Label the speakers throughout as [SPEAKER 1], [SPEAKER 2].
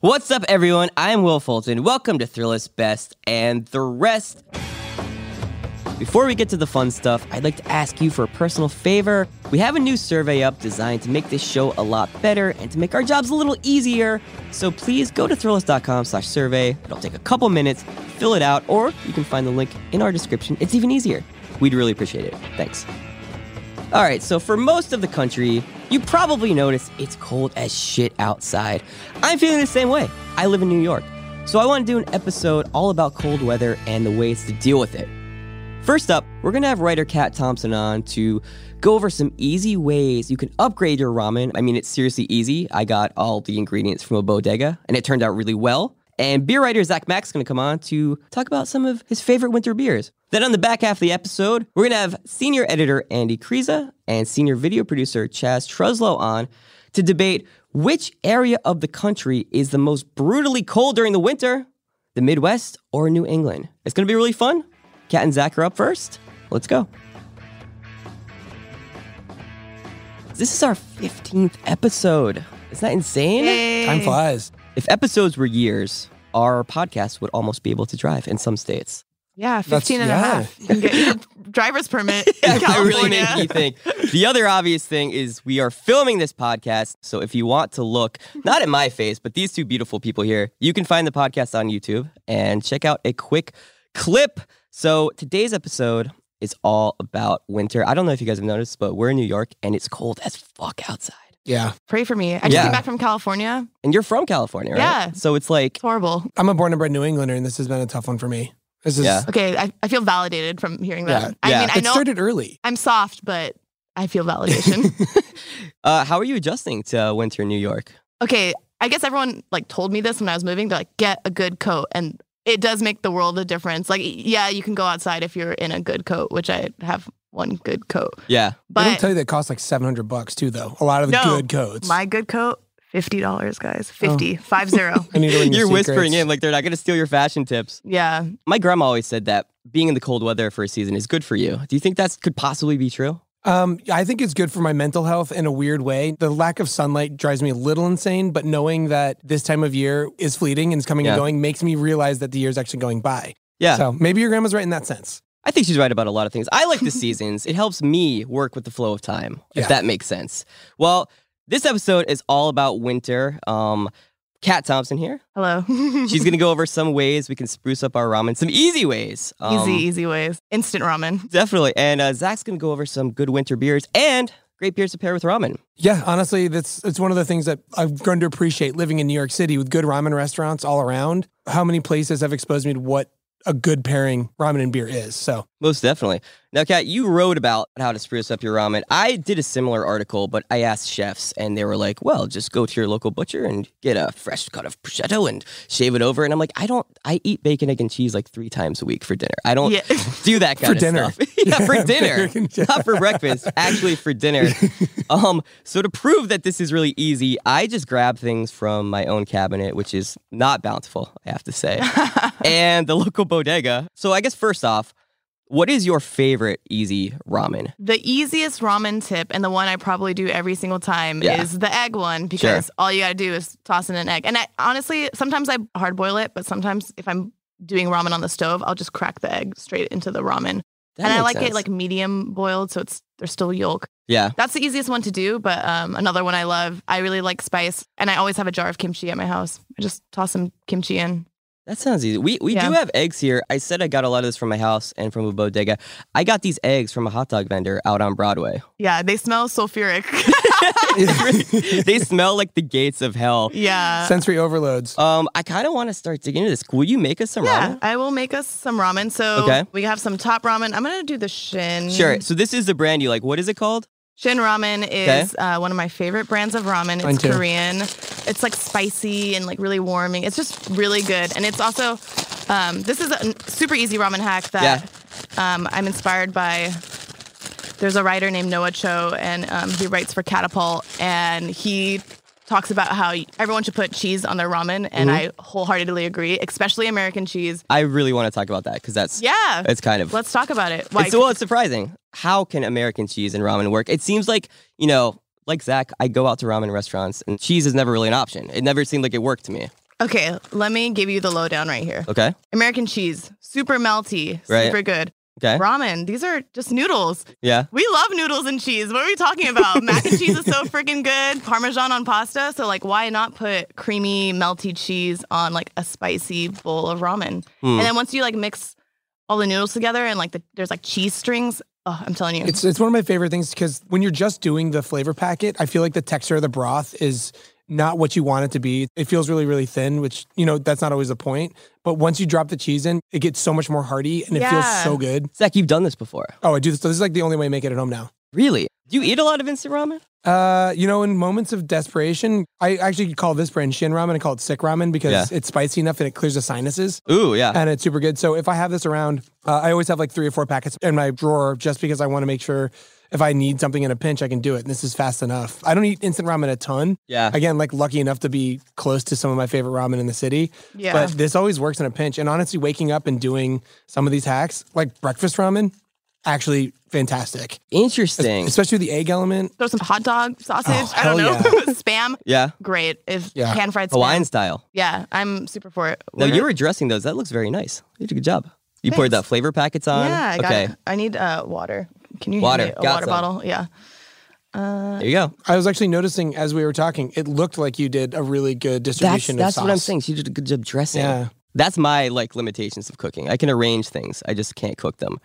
[SPEAKER 1] What's up, everyone? I'm Will Fulton. Welcome to Thrillist Best and the Rest. Before we get to the fun stuff, I'd like to ask you for a personal favor. We have a new survey up designed to make this show a lot better and to make our jobs a little easier. So please go to thrillist.com slash survey. It'll take a couple minutes, fill it out, or you can find the link in our description. It's even easier. We'd really appreciate it. Thanks. All right, so for most of the country, you probably notice it's cold as shit outside. I'm feeling the same way. I live in New York. So I want to do an episode all about cold weather and the ways to deal with it. First up, we're going to have writer Kat Thompson on to go over some easy ways you can upgrade your ramen. I mean, it's seriously easy. I got all the ingredients from a bodega, and it turned out really well. And beer writer Zach Mack's going to come on to talk about some of his favorite winter beers. Then on the back half of the episode, we're going to have senior editor Andy Kriza and senior video producer Chaz Truslow on to debate which area of the country is the most brutally cold during the winter, the Midwest or New England. It's going to be really fun. Kat and Zach are up first. Let's go. This is our 15th episode. Isn't that insane?
[SPEAKER 2] Time flies.
[SPEAKER 1] If episodes were years, our podcast would almost be able to drive in some states.
[SPEAKER 3] Yeah, 15 and a
[SPEAKER 2] yeah.
[SPEAKER 3] half. You can get your driver's permit in
[SPEAKER 1] I really
[SPEAKER 3] California.
[SPEAKER 1] made me think. The other obvious thing is we are filming this podcast. So if you want to look, not at my face, but these two beautiful people here, you can find the podcast on YouTube and check out a quick clip. So today's episode is all about winter. I don't know if you guys have noticed, but we're in New York and it's cold as fuck outside.
[SPEAKER 2] Yeah.
[SPEAKER 3] Pray for me. I just
[SPEAKER 1] Yeah.
[SPEAKER 3] came back from California.
[SPEAKER 1] And you're from California, right?
[SPEAKER 3] Yeah.
[SPEAKER 1] So it's like,
[SPEAKER 3] It's horrible.
[SPEAKER 2] I'm a born and bred New Englander, and this has been a tough one for me. This is,
[SPEAKER 1] Yeah.
[SPEAKER 3] Okay, I, I feel validated from hearing that.
[SPEAKER 2] Yeah.
[SPEAKER 3] I
[SPEAKER 1] Yeah.
[SPEAKER 3] mean, I
[SPEAKER 2] it
[SPEAKER 3] know
[SPEAKER 2] started early.
[SPEAKER 3] I'm soft, but I feel validation.
[SPEAKER 1] uh, how are you adjusting to uh, winter in New York?
[SPEAKER 3] okay, I guess everyone like told me this when I was moving. They're like, get a good coat, and it does make the world a difference. Like, yeah, you can go outside if you're in a good coat, which I have one good coat,
[SPEAKER 1] Yeah.
[SPEAKER 2] But, don't
[SPEAKER 3] but
[SPEAKER 2] tell you that it costs like 700 bucks too, though. A lot of the
[SPEAKER 3] No.
[SPEAKER 2] good codes.
[SPEAKER 3] my good coat, fifty dollars, guys, fifty, five zero.
[SPEAKER 2] I need to learn your
[SPEAKER 1] You're whispering
[SPEAKER 2] secrets.
[SPEAKER 1] in like they're not going to steal your fashion tips.
[SPEAKER 3] Yeah,
[SPEAKER 1] My grandma always said that being in the cold weather for a season is good for you. Do you think that could possibly be true?
[SPEAKER 2] Um, I think it's good for my mental health in a weird way. The lack of sunlight drives me a little insane, but knowing that this time of year is fleeting and is coming
[SPEAKER 1] Yeah.
[SPEAKER 2] and going makes me realize that the year's actually going by.
[SPEAKER 1] Yeah.
[SPEAKER 2] So maybe your grandma's right in that sense.
[SPEAKER 1] I think she's right about a lot of things. I like the seasons. It helps me work with the flow of time, if
[SPEAKER 2] Yeah.
[SPEAKER 1] that makes sense. Well, this episode is all about winter. Um, Kat Thompson here.
[SPEAKER 3] hello.
[SPEAKER 1] She's going to go over some ways we can spruce up our ramen, some easy ways. Um,
[SPEAKER 3] easy, easy ways. Instant ramen.
[SPEAKER 1] Definitely. And uh, Zach's going to go over some good winter beers and great beers to pair with ramen.
[SPEAKER 2] Yeah, honestly, that's it's one of the things that I've grown to appreciate living in New York City with good ramen restaurants all around. How many places have exposed me to what a good pairing ramen and beer is. So
[SPEAKER 1] Most definitely. Now, Kat, you wrote about how to spruce up your ramen. I did a similar article, but I asked chefs, and they were like, well, just go to your local butcher and get a fresh cut of prosciutto and shave it over. And I'm like, I don't, I eat bacon, egg, and cheese like three times a week for dinner. I don't
[SPEAKER 3] Yeah.
[SPEAKER 1] do that kind
[SPEAKER 2] For
[SPEAKER 1] of
[SPEAKER 2] dinner.
[SPEAKER 1] stuff. yeah, for
[SPEAKER 2] Yeah,
[SPEAKER 1] dinner.
[SPEAKER 2] bacon, yeah.
[SPEAKER 1] Not for breakfast, actually for dinner. um, so to prove that this is really easy, I just grab things from my own cabinet, which is not bountiful, I have to say, and the local bodega. So I guess first off, what is your favorite easy ramen?
[SPEAKER 3] The easiest ramen tip and the one I probably do every single time
[SPEAKER 1] Yeah.
[SPEAKER 3] is the egg one because all you gotta do is toss in an egg. And I honestly sometimes I hard boil it, but sometimes if I'm doing ramen on the stove, I'll just crack the egg straight into the ramen.
[SPEAKER 1] That
[SPEAKER 3] and I
[SPEAKER 1] makes
[SPEAKER 3] like
[SPEAKER 1] sense.
[SPEAKER 3] it like medium boiled, so it's there's still yolk.
[SPEAKER 1] yeah,
[SPEAKER 3] That's the easiest one to do, but um, another one I love. I really like spice, and I always have a jar of kimchi at my house. I just toss some kimchi in.
[SPEAKER 1] that sounds easy. We we
[SPEAKER 3] Yeah.
[SPEAKER 1] do have eggs here. I said I got a lot of this from my house and from a bodega. I got these eggs from a hot dog vendor out on Broadway.
[SPEAKER 3] Yeah, they smell sulfuric.
[SPEAKER 1] they smell like the gates of hell.
[SPEAKER 3] yeah.
[SPEAKER 2] sensory overloads.
[SPEAKER 1] Um, I kind of want to start digging into this. Will you make us some
[SPEAKER 3] Yeah,
[SPEAKER 1] ramen?
[SPEAKER 3] I will make us some ramen. So
[SPEAKER 1] Okay.
[SPEAKER 3] we have some top ramen. I'm gonna do the Shin.
[SPEAKER 1] Sure. So this is the brand you like. What is it called?
[SPEAKER 3] Shin ramen is uh, one of my favorite brands of ramen.
[SPEAKER 2] Mine
[SPEAKER 3] It's
[SPEAKER 2] too.
[SPEAKER 3] Korean. It's like spicy and like really warming. It's just really good, and it's also um, this is a super easy ramen hack that um, I'm inspired by. There's a writer named Noah Cho, and um, he writes for Catapult, and he talks about how everyone should put cheese on their ramen, and
[SPEAKER 1] Mm-hmm.
[SPEAKER 3] I wholeheartedly agree, especially American cheese.
[SPEAKER 1] I really want to talk about that because that's
[SPEAKER 3] Yeah,
[SPEAKER 1] it's kind of
[SPEAKER 3] Let's talk about it. Like,
[SPEAKER 1] it's, well, it's surprising. How can American cheese and ramen work? It seems like you know, like Zach, I go out to ramen restaurants and cheese is never really an option. It never seemed like it worked to me.
[SPEAKER 3] Okay, let me give you the lowdown right here.
[SPEAKER 1] Okay.
[SPEAKER 3] American cheese, super melty,
[SPEAKER 1] Right.
[SPEAKER 3] super good.
[SPEAKER 1] Okay.
[SPEAKER 3] Ramen, these are just noodles.
[SPEAKER 1] Yeah.
[SPEAKER 3] We love noodles and cheese. What are we talking about? Mac and cheese is so freaking good. Parmesan on pasta. So, like, why not put creamy, melty cheese on like a spicy bowl of ramen?
[SPEAKER 1] Hmm.
[SPEAKER 3] And then once you like mix all the noodles together and like the, there's like cheese strings, oh, I'm telling you.
[SPEAKER 2] It's it's one of my favorite things because when you're just doing the flavor packet, I feel like the texture of the broth is not what you want it to be. It feels really really thin, which you know that's not always the point. But once you drop the cheese in, it gets so much more hearty and it feels
[SPEAKER 3] Yeah.
[SPEAKER 2] so good.
[SPEAKER 1] Zach, you've done this before.
[SPEAKER 2] Oh, I do this. This is like the only way I make it at home now.
[SPEAKER 1] Really? Do you eat a lot of instant ramen?
[SPEAKER 2] Uh, you know, in moments of desperation, I actually call this brand Shin Ramen. I call it Sick Ramen because
[SPEAKER 1] Yeah.
[SPEAKER 2] it's spicy enough and it clears the sinuses.
[SPEAKER 1] Ooh, yeah.
[SPEAKER 2] and it's super good. So if I have this around, uh, I always have like three or four packets in my drawer just because I want to make sure if I need something in a pinch, I can do it. And this is fast enough. I don't eat instant ramen a ton.
[SPEAKER 1] Yeah.
[SPEAKER 2] Again, like lucky enough to be close to some of my favorite ramen in the city.
[SPEAKER 3] Yeah.
[SPEAKER 2] But this always works in a pinch. And honestly, waking up and doing some of these hacks, like breakfast ramen, actually fantastic.
[SPEAKER 1] Interesting.
[SPEAKER 2] Especially the egg element.
[SPEAKER 3] Throw some hot dog sausage.
[SPEAKER 2] Oh,
[SPEAKER 3] I don't know.
[SPEAKER 2] hell
[SPEAKER 3] Spam,
[SPEAKER 1] yeah.
[SPEAKER 3] great. If
[SPEAKER 2] Yeah.
[SPEAKER 3] pan fried spam.
[SPEAKER 1] Hawaiian style.
[SPEAKER 3] Yeah, I'm super for it.
[SPEAKER 1] Now
[SPEAKER 3] Order.
[SPEAKER 1] you were dressing those. That looks very nice. You did a good job. You poured
[SPEAKER 3] Thanks.
[SPEAKER 1] that flavor packets on.
[SPEAKER 3] Yeah, I got
[SPEAKER 1] okay.
[SPEAKER 3] it. I need uh, water. Can you
[SPEAKER 1] Water.
[SPEAKER 3] Hand me a
[SPEAKER 1] Got
[SPEAKER 3] water
[SPEAKER 1] some.
[SPEAKER 3] bottle? Yeah.
[SPEAKER 1] There you go.
[SPEAKER 2] I was actually noticing as we were talking, it looked like you did a really good
[SPEAKER 1] That's
[SPEAKER 2] distribution
[SPEAKER 1] that's
[SPEAKER 2] of sauce.
[SPEAKER 1] what I'm saying. She did a good job dressing.
[SPEAKER 2] Yeah.
[SPEAKER 1] That's my like limitations of cooking. I can arrange things. I just can't cook them.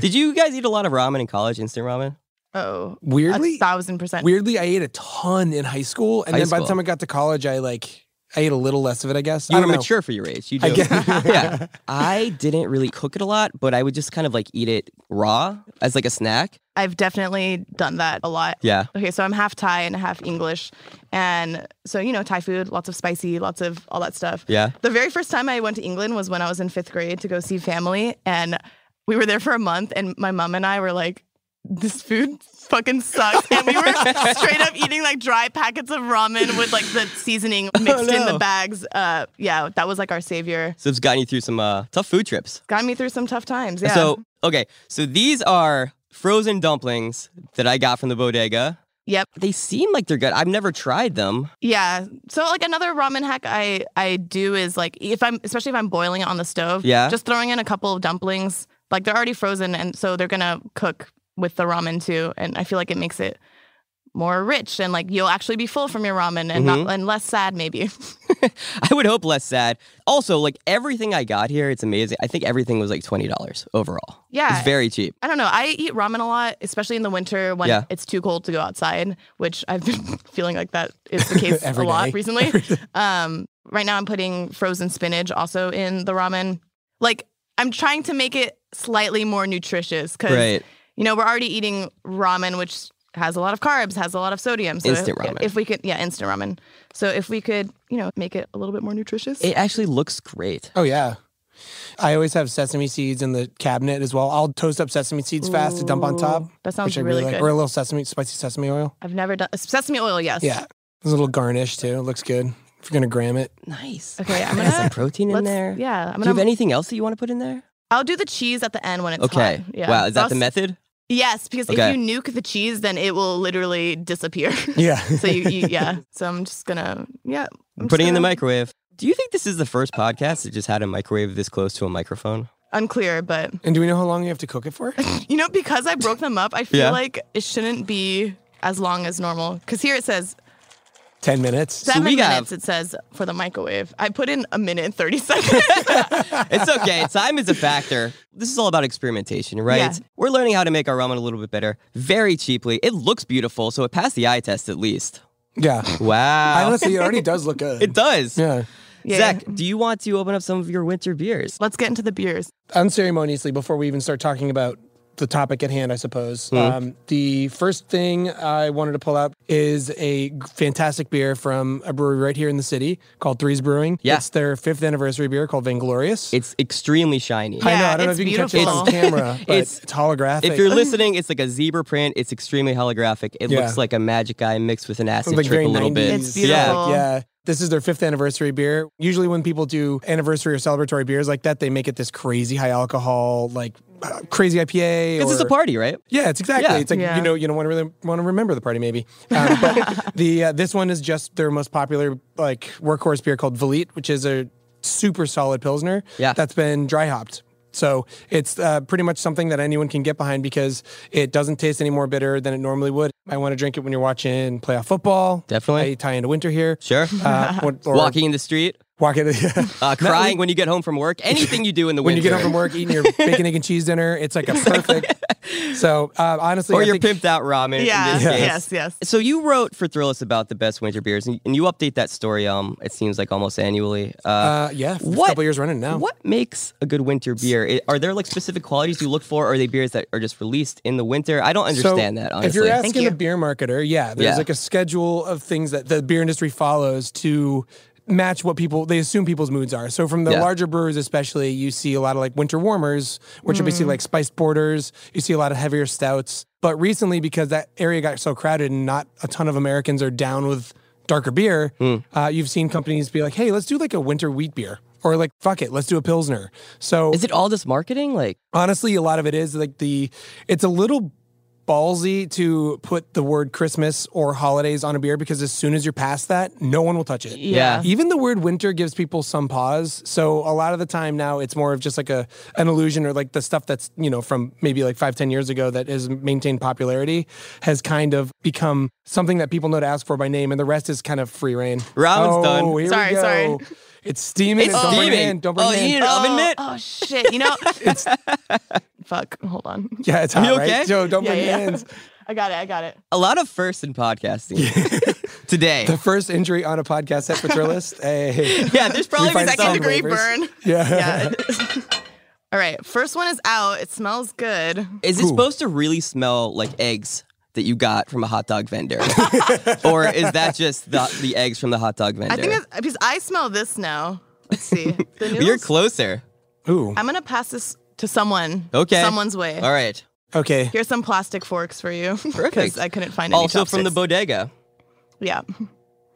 [SPEAKER 1] did you guys eat a lot of ramen in college? Instant ramen.
[SPEAKER 3] Oh,
[SPEAKER 2] Weirdly,
[SPEAKER 3] a thousand percent.
[SPEAKER 2] Weirdly, I ate a ton in high school, and
[SPEAKER 1] High
[SPEAKER 2] then by
[SPEAKER 1] school.
[SPEAKER 2] the time I got to college, I like I ate a little less of it. I guess
[SPEAKER 1] You
[SPEAKER 2] I
[SPEAKER 1] were
[SPEAKER 2] don't know.
[SPEAKER 1] mature for your age. You do.
[SPEAKER 2] I guess.
[SPEAKER 1] yeah. I didn't really cook it a lot, but I would just kind of like eat it raw as like a snack.
[SPEAKER 3] I've definitely done that a lot.
[SPEAKER 1] Yeah.
[SPEAKER 3] Okay, so I'm half Thai and half English, and so you know Thai food, lots of spicy, lots of all that stuff.
[SPEAKER 1] Yeah.
[SPEAKER 3] The very first time I went to England was when I was in fifth grade to go see family, and we were there for a month, and my mom and I were like, "This food fucking sucks," and we were
[SPEAKER 1] Oh,
[SPEAKER 3] straight up eating like dry packets of ramen with like the seasoning mixed in
[SPEAKER 1] Oh, no.
[SPEAKER 3] the bags. Uh, yeah, that was like our savior.
[SPEAKER 1] So it's gotten you through some uh, tough food trips.
[SPEAKER 3] Got me through some tough times. Yeah.
[SPEAKER 1] So okay, so these are frozen dumplings that I got from the bodega.
[SPEAKER 3] Yep.
[SPEAKER 1] They seem like they're good. I've never tried them.
[SPEAKER 3] Yeah. So like another ramen hack I I do is like if I'm especially if I'm boiling it on the stove,
[SPEAKER 1] Yeah.
[SPEAKER 3] just throwing in a couple of dumplings. Like they're already frozen and so they're going to cook with the ramen too and I feel like it makes it more rich and like you'll actually be full from your ramen and
[SPEAKER 1] Mm-hmm.
[SPEAKER 3] not and less sad maybe.
[SPEAKER 1] I would hope less sad. Also, like everything I got here, it's amazing. I think everything was like twenty dollars overall.
[SPEAKER 3] Yeah.
[SPEAKER 1] it's very cheap.
[SPEAKER 3] I don't know. I eat ramen a lot, especially in the winter when
[SPEAKER 1] Yeah.
[SPEAKER 3] it's too cold to go outside, which I've been feeling like that is the case a
[SPEAKER 2] Every
[SPEAKER 3] lot
[SPEAKER 2] day.
[SPEAKER 3] recently. Um, right now, I'm putting frozen spinach also in the ramen. Like, I'm trying to make it slightly more nutritious because,
[SPEAKER 1] Right.
[SPEAKER 3] you know, we're already eating ramen, which has a lot of carbs, has a lot of sodium. So
[SPEAKER 1] Instant
[SPEAKER 3] if,
[SPEAKER 1] ramen.
[SPEAKER 3] if we could, yeah, instant ramen. So if we could, you know, make it a little bit more nutritious.
[SPEAKER 1] It actually looks great.
[SPEAKER 2] Oh yeah, I always have sesame seeds in the cabinet as well. I'll toast up sesame seeds fast to dump on top.
[SPEAKER 3] Ooh, that sounds
[SPEAKER 2] which I
[SPEAKER 3] really
[SPEAKER 2] like.
[SPEAKER 3] good.
[SPEAKER 2] Or a little sesame, spicy sesame oil.
[SPEAKER 3] I've never done sesame oil. Yes.
[SPEAKER 2] Yeah, there's a little garnish too. It looks good. If you're gonna gram it,
[SPEAKER 1] Nice.
[SPEAKER 3] Okay, I'm
[SPEAKER 1] Got
[SPEAKER 3] gonna-
[SPEAKER 1] some protein in
[SPEAKER 3] Let's-
[SPEAKER 1] there.
[SPEAKER 3] Yeah. I'm
[SPEAKER 1] Do you have
[SPEAKER 3] gonna
[SPEAKER 1] anything else that you want to put in there?
[SPEAKER 3] I'll do the cheese at the end when it's
[SPEAKER 1] Okay.
[SPEAKER 3] hot. Yeah.
[SPEAKER 1] Wow. Is that
[SPEAKER 3] I'll
[SPEAKER 1] the
[SPEAKER 3] s-
[SPEAKER 1] method?
[SPEAKER 3] Yes, because
[SPEAKER 1] Okay.
[SPEAKER 3] if you nuke the cheese, then it will literally disappear.
[SPEAKER 2] yeah.
[SPEAKER 3] so you, you, yeah. So I'm just gonna, yeah. I'm just
[SPEAKER 1] Putting in the
[SPEAKER 3] gonna-
[SPEAKER 1] microwave. Do you think this is the first podcast that just had a microwave this close to a microphone?
[SPEAKER 3] Unclear, but
[SPEAKER 2] and do we know how long you have to cook it for?
[SPEAKER 3] you know, because I broke them up, I feel
[SPEAKER 1] Yeah.
[SPEAKER 3] like it shouldn't be as long as normal. Because here it says
[SPEAKER 2] Ten minutes.
[SPEAKER 1] we
[SPEAKER 3] seven
[SPEAKER 1] got-
[SPEAKER 3] minutes. It says for the microwave. I put in a minute and thirty seconds.
[SPEAKER 1] It's okay. Time is a factor. This is all about experimentation, right?
[SPEAKER 3] Yeah.
[SPEAKER 1] We're learning how to make our ramen a little bit better very cheaply. It looks beautiful, so it passed the eye test at least.
[SPEAKER 2] Yeah.
[SPEAKER 1] Wow.
[SPEAKER 2] Honestly, it already does look good.
[SPEAKER 1] it does.
[SPEAKER 2] Yeah.
[SPEAKER 3] yeah.
[SPEAKER 1] Zach, do you want to open up some of your winter beers?
[SPEAKER 3] Let's get into the beers.
[SPEAKER 2] unceremoniously before we even start talking about the topic at hand, I suppose.
[SPEAKER 1] Hmm.
[SPEAKER 2] Um, the first thing I wanted to pull out is a g- fantastic beer from a brewery right here in the city called Threes Brewing.
[SPEAKER 1] Yeah.
[SPEAKER 2] It's their fifth anniversary beer called Vainglorious.
[SPEAKER 1] It's extremely shiny.
[SPEAKER 2] I know, I
[SPEAKER 3] Yeah,
[SPEAKER 2] don't know if
[SPEAKER 3] it's
[SPEAKER 2] you can catch
[SPEAKER 3] beautiful.
[SPEAKER 2] it on camera, but
[SPEAKER 1] It's-
[SPEAKER 2] it's, holographic.
[SPEAKER 1] If you're listening, it's like a zebra print. It's extremely holographic. It
[SPEAKER 2] Yeah.
[SPEAKER 1] looks like a magic eye mixed with an acid
[SPEAKER 2] It's like
[SPEAKER 1] trip
[SPEAKER 2] very
[SPEAKER 1] a little
[SPEAKER 2] 90s.
[SPEAKER 1] bit.
[SPEAKER 3] It's
[SPEAKER 1] Yeah.
[SPEAKER 3] beautiful.
[SPEAKER 2] Yeah. This is their fifth anniversary beer. Usually, when people do anniversary or celebratory beers like that, they make it this crazy high alcohol, like uh, crazy IPA.
[SPEAKER 1] Because
[SPEAKER 2] or,
[SPEAKER 1] it's a party, right?
[SPEAKER 2] Yeah, it's exactly.
[SPEAKER 1] Yeah.
[SPEAKER 2] It's like
[SPEAKER 3] Yeah.
[SPEAKER 2] you know you don't want to really want to remember the party maybe. Um, but the uh, this one is just their most popular like workhorse beer called Velite, which is a super solid pilsner.
[SPEAKER 1] Yeah.
[SPEAKER 2] that's been dry hopped. So it's uh, pretty much something that anyone can get behind because it doesn't taste any more bitter than it normally would. I want to drink it when you're watching playoff football.
[SPEAKER 1] Definitely.
[SPEAKER 2] I tie into winter here.
[SPEAKER 1] Sure.
[SPEAKER 2] Uh, or- or
[SPEAKER 1] Walking in the street,
[SPEAKER 2] walking.
[SPEAKER 1] uh, crying when you get home from work, anything you do in the
[SPEAKER 2] when you
[SPEAKER 1] winter.
[SPEAKER 2] get home from work, eating your bacon, egg, and cheese dinner, it's like a perfect. So uh, honestly,
[SPEAKER 1] Or
[SPEAKER 2] I
[SPEAKER 1] your
[SPEAKER 2] think-
[SPEAKER 1] pimped out ramen. in
[SPEAKER 3] Yeah.
[SPEAKER 1] this case.
[SPEAKER 3] Yes. Yes.
[SPEAKER 1] So you wrote for Thrill Us about the best winter beers, and, and you update that story. Um, it seems like almost annually. Uh,
[SPEAKER 2] Uh, yeah, f-
[SPEAKER 1] what-
[SPEAKER 2] couple years running now.
[SPEAKER 1] what makes a good winter beer? I- Are there like specific qualities you look for? Or are they beers that are just released in the winter? I don't understand
[SPEAKER 2] so
[SPEAKER 1] that honestly.
[SPEAKER 2] If you're asking
[SPEAKER 3] you.
[SPEAKER 2] a beer marketer, yeah, there's
[SPEAKER 1] Yeah.
[SPEAKER 2] like a schedule of things that the beer industry follows to match what people they assume people's moods are. So from the
[SPEAKER 1] Yeah.
[SPEAKER 2] larger brewers especially, you see a lot of like winter warmers, which are basically like spiced porters. You see a lot of heavier stouts. But recently because that area got so crowded and not a ton of Americans are down with darker beer,
[SPEAKER 1] Hmm.
[SPEAKER 2] uh, you've seen companies be like, "Hey, let's do like a winter wheat beer." Or like, "Fuck it, let's do a pilsner." So
[SPEAKER 1] Is it all just marketing? Like,
[SPEAKER 2] honestly a lot of it is like the it's a little ballsy to put the word christmas or holidays on a beer because as soon as you're past that no one will touch it
[SPEAKER 1] yeah.
[SPEAKER 2] even the word winter gives people some pause so a lot of the time now it's more of just like a an illusion or like the stuff that's you know from maybe like five ten years ago that has maintained popularity has kind of become something that people know to ask for by name and the rest is kind of free reign
[SPEAKER 1] Ramen's
[SPEAKER 2] oh,
[SPEAKER 1] done.
[SPEAKER 2] here we
[SPEAKER 3] Sorry,
[SPEAKER 2] go.
[SPEAKER 3] sorry.
[SPEAKER 2] it's steaming
[SPEAKER 1] It's
[SPEAKER 2] Don't bring it
[SPEAKER 1] steaming.
[SPEAKER 2] in. don't bring
[SPEAKER 1] Oh,
[SPEAKER 2] it
[SPEAKER 1] you
[SPEAKER 2] in.
[SPEAKER 1] need an oven mitt?
[SPEAKER 3] Oh shit! You know, fuck. Hold on.
[SPEAKER 2] yeah it's hot
[SPEAKER 1] you okay?
[SPEAKER 2] right joe don't
[SPEAKER 3] Yeah,
[SPEAKER 2] bring
[SPEAKER 3] yeah,
[SPEAKER 2] it in
[SPEAKER 3] yeah. I got it. I got it.
[SPEAKER 1] A lot of firsts in podcasting today.
[SPEAKER 2] The first injury on a podcast set for Thrillist. hey.
[SPEAKER 1] yeah, there's probably
[SPEAKER 2] find
[SPEAKER 1] been
[SPEAKER 2] some
[SPEAKER 3] Second
[SPEAKER 1] some.
[SPEAKER 2] way.
[SPEAKER 3] degree
[SPEAKER 2] waivers.
[SPEAKER 3] burn.
[SPEAKER 2] Yeah.
[SPEAKER 3] Yeah. All right. First one is out. It smells good.
[SPEAKER 1] Is it supposed to really smell like eggs that you got from a hot dog vendor, or is that just the, the eggs from the hot dog vendor?
[SPEAKER 3] I think it's, because I smell this now. Let's see. The
[SPEAKER 1] You're
[SPEAKER 3] noodles.
[SPEAKER 1] closer.
[SPEAKER 2] Ooh.
[SPEAKER 3] I'm gonna pass this to someone.
[SPEAKER 1] Okay.
[SPEAKER 3] Someone's way.
[SPEAKER 1] All right.
[SPEAKER 2] Okay.
[SPEAKER 3] Here's some plastic forks for you.
[SPEAKER 1] Perfect.
[SPEAKER 3] Because I couldn't find any.
[SPEAKER 1] Also from the
[SPEAKER 3] chopsticks.
[SPEAKER 1] bodega.
[SPEAKER 3] Yeah.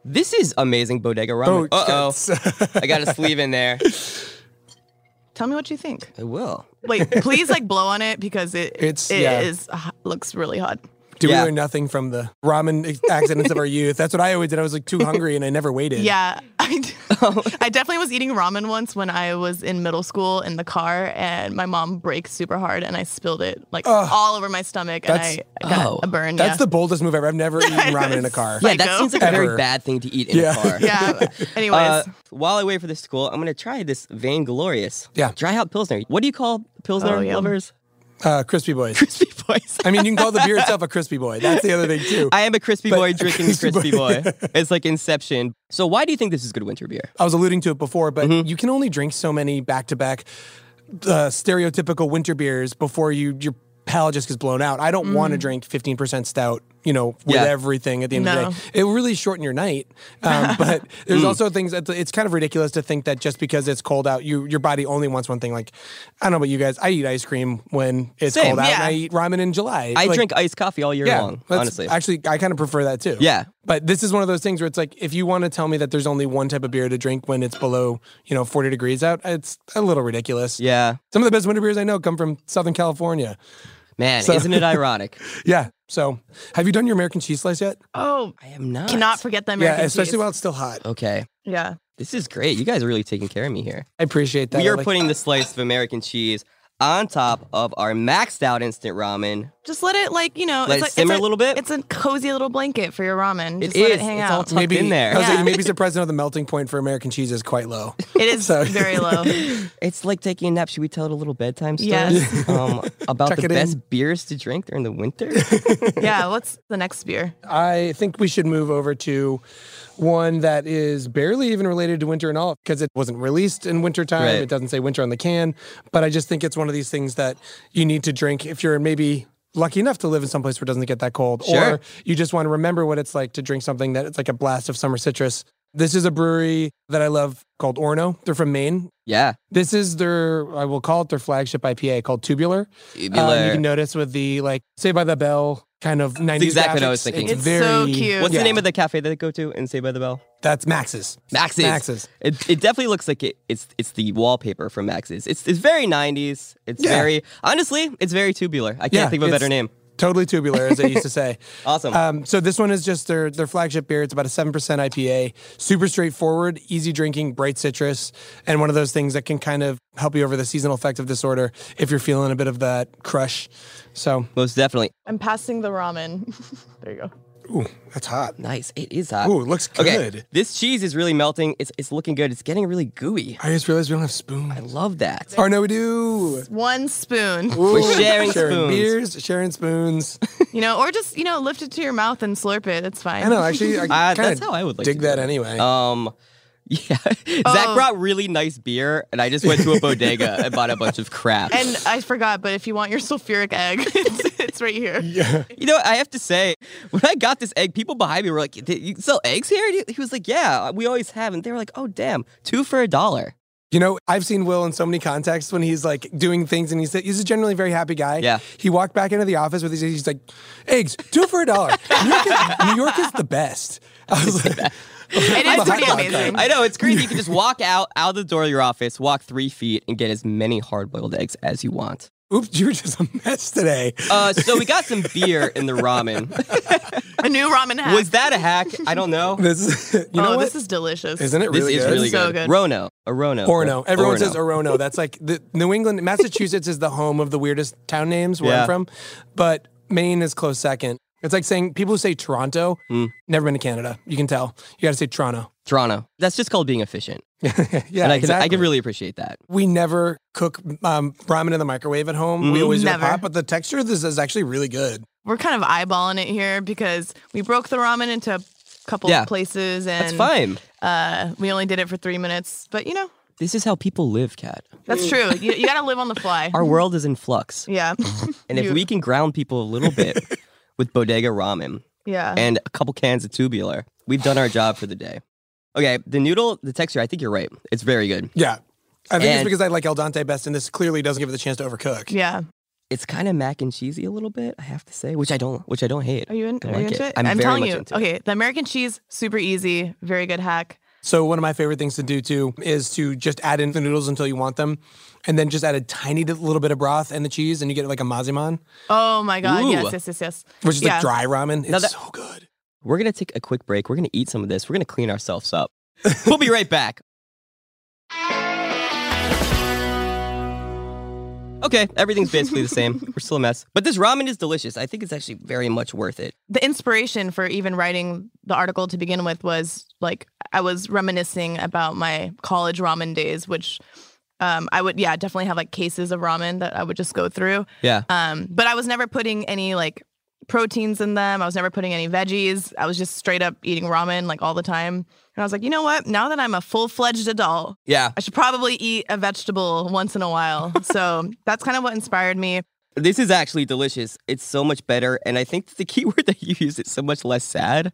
[SPEAKER 1] This is amazing bodega ramen. uh oh. I got a sleeve in there.
[SPEAKER 3] Tell me what you think.
[SPEAKER 1] I will.
[SPEAKER 3] Wait, please like blow on it because it
[SPEAKER 2] It's-
[SPEAKER 3] it's
[SPEAKER 2] yeah.
[SPEAKER 3] looks really hot.
[SPEAKER 2] Do
[SPEAKER 1] Yeah.
[SPEAKER 2] we learn nothing from the ramen ex- accidents of our youth? That's what I always did. I was like too hungry and I never waited.
[SPEAKER 3] Yeah, I, d- I definitely was eating ramen once when I was in middle school in the car, and my mom braked super hard, and I spilled it like all over my stomach, and
[SPEAKER 2] That's-
[SPEAKER 3] I got
[SPEAKER 1] Oh.
[SPEAKER 3] a burn.
[SPEAKER 2] That's
[SPEAKER 3] yeah.
[SPEAKER 2] the boldest move ever. I've never eaten ramen in a car.
[SPEAKER 1] Yeah, that
[SPEAKER 3] Psycho.
[SPEAKER 1] seems like a very
[SPEAKER 2] Ever.
[SPEAKER 1] bad thing to eat in a
[SPEAKER 2] Yeah.
[SPEAKER 1] car.
[SPEAKER 3] yeah. Anyways,
[SPEAKER 1] Uh, while I wait for this to cool, I'm gonna try this Vainglorious.
[SPEAKER 2] Yeah.
[SPEAKER 1] Dry out Pilsner. What do you call Pilsner
[SPEAKER 3] Oh, yeah.
[SPEAKER 1] lovers?
[SPEAKER 2] Uh, crispy boys.
[SPEAKER 1] Crispy boys.
[SPEAKER 2] I mean, you can call the beer itself a crispy boy. That's the other thing too.
[SPEAKER 1] I am a crispy
[SPEAKER 2] But-
[SPEAKER 1] boy drinking a
[SPEAKER 2] Crispy
[SPEAKER 1] crispy boy.
[SPEAKER 2] boy.
[SPEAKER 1] It's like Inception. So why do you think this is good winter beer?
[SPEAKER 2] I was alluding to it before, but
[SPEAKER 1] Mm-hmm.
[SPEAKER 2] you can only drink so many back to back stereotypical winter beers before you your palate just gets blown out. I don't
[SPEAKER 3] Mm.
[SPEAKER 2] want to drink 15% stout, you know, with
[SPEAKER 1] Yeah.
[SPEAKER 2] everything at the end
[SPEAKER 3] No.
[SPEAKER 2] of the day. It will really shorten your night. Um, but there's
[SPEAKER 1] Mm.
[SPEAKER 2] also things that it's kind of ridiculous to think that just because it's cold out, you your body only wants one thing. Like, I don't know about you guys. I eat ice cream when it's
[SPEAKER 1] Same,
[SPEAKER 2] cold out and
[SPEAKER 3] yeah.
[SPEAKER 2] I eat ramen in July.
[SPEAKER 1] I
[SPEAKER 2] Like,
[SPEAKER 1] drink iced coffee all year
[SPEAKER 2] yeah,
[SPEAKER 1] long,
[SPEAKER 2] that's-
[SPEAKER 1] honestly.
[SPEAKER 2] Actually, I kind of prefer that too.
[SPEAKER 1] Yeah.
[SPEAKER 2] But this is one of those things where it's like, if you want to tell me that there's only one type of beer to drink when it's below, you know, 40 degrees out, it's a little ridiculous.
[SPEAKER 1] yeah.
[SPEAKER 2] Some of the best winter beers I know come from Southern California.
[SPEAKER 1] Man, isn't it ironic?
[SPEAKER 2] Yeah. So have you done your American cheese slice yet?
[SPEAKER 3] oh,
[SPEAKER 1] I am not.
[SPEAKER 3] cannot forget the American
[SPEAKER 2] yeah, especially
[SPEAKER 3] cheese.
[SPEAKER 2] while it's still hot.
[SPEAKER 1] Okay.
[SPEAKER 3] yeah.
[SPEAKER 1] This is great. You guys are really taking care of me here.
[SPEAKER 2] I appreciate that.
[SPEAKER 1] We
[SPEAKER 2] I
[SPEAKER 1] are
[SPEAKER 2] like-
[SPEAKER 1] putting the slice of American cheese on top of our maxed out instant ramen.
[SPEAKER 3] Just let it like you know
[SPEAKER 1] Let it
[SPEAKER 3] it's like,
[SPEAKER 1] simmer
[SPEAKER 3] it's
[SPEAKER 1] a little bit?
[SPEAKER 3] It's a cozy little blanket for your ramen.
[SPEAKER 1] It
[SPEAKER 3] Just let
[SPEAKER 1] is.
[SPEAKER 3] it hang
[SPEAKER 1] It's all
[SPEAKER 3] out.
[SPEAKER 1] tucked
[SPEAKER 2] maybe
[SPEAKER 1] in there.
[SPEAKER 2] I was like,
[SPEAKER 3] Yeah.
[SPEAKER 2] you may be surprised to know the melting point for American cheese is quite low.
[SPEAKER 3] it is
[SPEAKER 2] So-
[SPEAKER 3] very low.
[SPEAKER 1] It's like taking a nap. Should we tell it a little bedtime story?
[SPEAKER 3] Yes.
[SPEAKER 1] Um, about
[SPEAKER 2] Tuck
[SPEAKER 1] the
[SPEAKER 2] it in.
[SPEAKER 1] best beers to drink during the winter?
[SPEAKER 3] yeah. What's the next beer?
[SPEAKER 2] I think we should move over to one that is barely even related to winter and all because it wasn't released in wintertime.
[SPEAKER 1] Right.
[SPEAKER 2] It doesn't say winter on the can, but I just think it's one of these things that you need to drink if you're maybe lucky enough to live in someplace where it doesn't get that cold
[SPEAKER 1] Sure.
[SPEAKER 2] or you just want to remember what it's like to drink something that it's like a blast of summer citrus. This is a brewery that I love called Orno. They're from Maine.
[SPEAKER 1] yeah.
[SPEAKER 2] This is their, I will call it their flagship IPA called Tubular. Um, you
[SPEAKER 1] Tubular.
[SPEAKER 2] can notice with the like, say by the bell kind of 90s
[SPEAKER 1] exactly what I
[SPEAKER 2] graphics.
[SPEAKER 1] was thinking.
[SPEAKER 3] It's so cute.
[SPEAKER 1] What's
[SPEAKER 2] Yeah.
[SPEAKER 1] the name of the cafe that they go to in Say by the Bell?
[SPEAKER 2] That's Max's.
[SPEAKER 1] Max's.
[SPEAKER 2] Max's.
[SPEAKER 1] It, it definitely looks like it, it's it's the wallpaper from Max's. It's it's very 90s. It's
[SPEAKER 2] Yeah.
[SPEAKER 1] very honestly, it's very tubular. I can't
[SPEAKER 2] Yeah,
[SPEAKER 1] think of a better
[SPEAKER 2] it's
[SPEAKER 1] name.
[SPEAKER 2] Totally tubular, as they used to say.
[SPEAKER 1] Awesome.
[SPEAKER 2] Um, so this one is just their their flagship beer. It's about a seven percent IPA, super straightforward, easy drinking, bright citrus, and one of those things that can kind of help you over the seasonal affective disorder if you're feeling a bit of that crush. So
[SPEAKER 1] Most definitely.
[SPEAKER 3] I'm passing the ramen. there you go.
[SPEAKER 2] ooh, that's hot.
[SPEAKER 1] Nice. It is hot.
[SPEAKER 2] Ooh, it looks
[SPEAKER 1] Okay.
[SPEAKER 2] good.
[SPEAKER 1] This cheese is really melting. It's it's looking good. It's getting really gooey.
[SPEAKER 2] I just realized we don't have
[SPEAKER 1] I
[SPEAKER 2] spoons.
[SPEAKER 1] love that.
[SPEAKER 2] Oh no, we do.
[SPEAKER 3] One spoon.
[SPEAKER 1] We're sharing spoons.
[SPEAKER 2] beers, sharing spoons.
[SPEAKER 3] You know, or just, you know, lift it to your mouth and slurp it. It's fine.
[SPEAKER 2] I know. Actually, I
[SPEAKER 1] Uh,
[SPEAKER 2] kinda
[SPEAKER 1] that's how I would like
[SPEAKER 2] dig
[SPEAKER 1] to do
[SPEAKER 2] that
[SPEAKER 1] it.
[SPEAKER 2] anyway.
[SPEAKER 1] Um yeah. Zach
[SPEAKER 3] Oh.
[SPEAKER 1] brought really nice beer and I just went to a bodega and bought a bunch of crap.
[SPEAKER 3] And I forgot, but if you want your sulfuric egg, it's, it's right here.
[SPEAKER 2] yeah.
[SPEAKER 1] You know, I have to say, when I got this egg, people behind me were like, "Th- "You sell eggs here?" And he- He was like, "Yeah, we always have." And they were like, "Oh, damn, two for a dollar."
[SPEAKER 2] You know, I've seen Will in so many contexts when he's like doing things and he's, he's a generally very happy guy.
[SPEAKER 1] Yeah.
[SPEAKER 2] He walked back into the office with his, he's like, eggs, two for a dollar. New York is, New York is the best. I was like,
[SPEAKER 3] It is
[SPEAKER 2] Behind
[SPEAKER 3] pretty
[SPEAKER 2] that
[SPEAKER 3] amazing.
[SPEAKER 1] I know it's crazy. You can just walk out out the door of your office, walk three feet, and get as many hard-boiled eggs as you want.
[SPEAKER 2] oops, you were just a mess today.
[SPEAKER 1] Uh, so we got some beer in the ramen.
[SPEAKER 3] A new ramen hack.
[SPEAKER 1] Was that a hack? I don't know.
[SPEAKER 2] This, you know
[SPEAKER 3] oh,
[SPEAKER 2] what?
[SPEAKER 3] this is delicious.
[SPEAKER 2] Isn't it really
[SPEAKER 1] this is
[SPEAKER 2] good?
[SPEAKER 1] really
[SPEAKER 3] So
[SPEAKER 1] good.
[SPEAKER 3] good.
[SPEAKER 1] Rono, a Rono,
[SPEAKER 2] Orono. Everyone
[SPEAKER 1] Orono.
[SPEAKER 2] says er- Orono. That's like the New England, Massachusetts is the home of the weirdest town names where
[SPEAKER 1] Yeah.
[SPEAKER 2] I'm from, but Maine is close second. It's like saying people who say Toronto, never been to Canada. You can tell. You got to say Toronto.
[SPEAKER 1] Toronto. That's just called being efficient,
[SPEAKER 2] Yeah,
[SPEAKER 1] and I can
[SPEAKER 2] exactly.
[SPEAKER 1] I can really appreciate that.
[SPEAKER 2] we never cook um, ramen in the microwave at home. We always do a
[SPEAKER 3] Never.
[SPEAKER 2] pot, but the texture of this is actually really good.
[SPEAKER 3] We're kind of eyeballing it here because we broke the ramen into a couple
[SPEAKER 1] Yeah.
[SPEAKER 3] places and
[SPEAKER 1] That's fine.
[SPEAKER 3] Uh, we only did it for three minutes. But, you know,
[SPEAKER 1] This is how people live, Kat.
[SPEAKER 2] Mm.
[SPEAKER 3] that's true. You, you got to live on the fly.
[SPEAKER 1] Our world is in flux.
[SPEAKER 3] yeah.
[SPEAKER 1] And if
[SPEAKER 3] You-
[SPEAKER 1] we can ground people a little bit with bodega ramen
[SPEAKER 3] Yeah.
[SPEAKER 1] and a couple cans of tubular, we've done our job for the day. Okay, the noodle, the texture, I think you're right. It's very good.
[SPEAKER 2] Yeah. I think it's
[SPEAKER 1] And-
[SPEAKER 2] because I like El Dente best, and this clearly doesn't give it the chance to overcook.
[SPEAKER 3] yeah.
[SPEAKER 1] It's kind of mac and cheesy a little bit, I have to say, which I don't which I don't hate.
[SPEAKER 3] Are you, in,
[SPEAKER 1] I
[SPEAKER 3] are
[SPEAKER 1] like
[SPEAKER 3] you into it?
[SPEAKER 1] I'm, very
[SPEAKER 3] telling
[SPEAKER 1] much
[SPEAKER 3] you.
[SPEAKER 1] into it.
[SPEAKER 3] okay. The American cheese, super easy. Very good hack.
[SPEAKER 2] So one of my favorite things to do too is to just add in the noodles until you want them, and then just add a tiny di- little bit of broth and the cheese, and you get like a maziman,
[SPEAKER 3] Oh, my God.
[SPEAKER 1] Ooh.
[SPEAKER 3] Yes, yes, yes, yes.
[SPEAKER 2] which is
[SPEAKER 3] Yeah.
[SPEAKER 2] like dry ramen. It's
[SPEAKER 1] that-
[SPEAKER 2] so good.
[SPEAKER 1] We're gonna take a quick break. We're gonna eat some of this. We're gonna clean ourselves up. we'll be right back. Okay, everything's basically the same. We're still a mess. But this ramen is delicious. I think it's actually very much worth it.
[SPEAKER 3] the inspiration for even writing the article to begin with was like I was reminiscing about my college ramen days, which um, I would yeah definitely have like cases of ramen that I would just go through.
[SPEAKER 1] Yeah.
[SPEAKER 3] Um, but I was never putting any like proteins in them. I was never putting any veggies. I was just straight up eating ramen like all the time. And I was like, you know what? Now that I'm a full fledged adult,
[SPEAKER 1] Yeah.
[SPEAKER 3] I should probably eat a vegetable once in a while. so that's kind of what inspired me.
[SPEAKER 1] This is actually delicious. It's so much better, and I think the keyword that you use is so much less sad.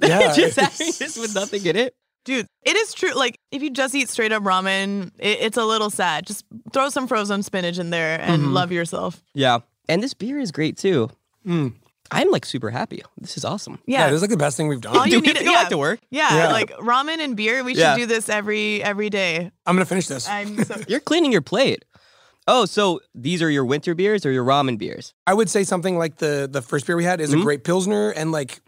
[SPEAKER 2] Yeah,
[SPEAKER 1] just
[SPEAKER 2] it's-
[SPEAKER 1] having this with nothing in it.
[SPEAKER 3] Dude, it is true. Like, if you just eat straight up ramen, it, it's a little sad. Just throw some frozen spinach in there and love yourself.
[SPEAKER 1] Yeah, and this beer is great too. Hmm.
[SPEAKER 2] Mm.
[SPEAKER 1] I'm like super happy. This is awesome.
[SPEAKER 2] Yeah.
[SPEAKER 3] Yeah.
[SPEAKER 2] this is like the best thing we've done.
[SPEAKER 3] All
[SPEAKER 1] Do
[SPEAKER 3] you
[SPEAKER 1] we have
[SPEAKER 3] need
[SPEAKER 1] to
[SPEAKER 3] to-
[SPEAKER 1] go
[SPEAKER 3] yeah.
[SPEAKER 1] back to work?
[SPEAKER 3] yeah,
[SPEAKER 2] Yeah.
[SPEAKER 3] like ramen and beer. We should
[SPEAKER 1] Yeah.
[SPEAKER 3] do this every every day.
[SPEAKER 2] I'm gonna finish this.
[SPEAKER 3] I'm so,
[SPEAKER 1] You're cleaning your plate. Oh, so these are your winter beers or your ramen beers?
[SPEAKER 2] I would say something like the the first beer we had is a great pilsner and like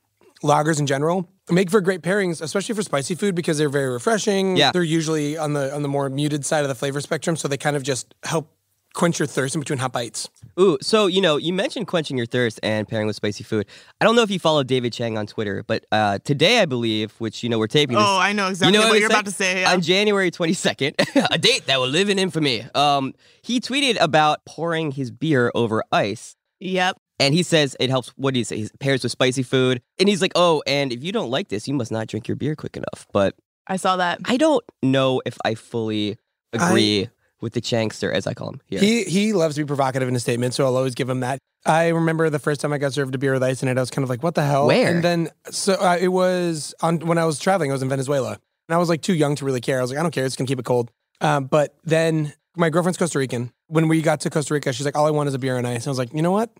[SPEAKER 2] lagers in general make for great pairings, especially for spicy food because they're very refreshing.
[SPEAKER 1] Yeah.
[SPEAKER 2] they're usually on the on the more muted side of the flavor spectrum, so they kind of just help quench your thirst in between hot bites.
[SPEAKER 1] Ooh, so you know, you mentioned quenching your thirst and pairing with spicy food. I don't know if you follow David Chang on Twitter, but uh, today I believe, which you know we're taping. This,
[SPEAKER 3] Oh, I know exactly what
[SPEAKER 1] it's
[SPEAKER 3] you're
[SPEAKER 1] like?
[SPEAKER 3] about to say, yeah.
[SPEAKER 1] On January 22nd, a date that will live in infamy. Um, he tweeted about pouring his beer over ice.
[SPEAKER 3] yep.
[SPEAKER 1] And he says it helps. What do you say? He pairs with spicy food, and he's like, "Oh, and if you don't like this, you must not drink your beer quick enough." But
[SPEAKER 3] I saw that.
[SPEAKER 1] I don't know if I fully agree with the Changster, as I call him here.
[SPEAKER 2] He he loves to be provocative in his statements, so I'll always give him that. I remember the first time I got served a beer with ice in it, I was kind of like, "What the hell?"
[SPEAKER 1] Where?
[SPEAKER 2] And then so uh, it was on when I was traveling. I was in Venezuela, and I was like too young to really care. I was like, "I don't care. It's gonna keep it cold." Um, Uh, but then My girlfriend's Costa Rican. When we got to Costa Rica, she's like, all I want is a beer and ice. And I was like, you know what?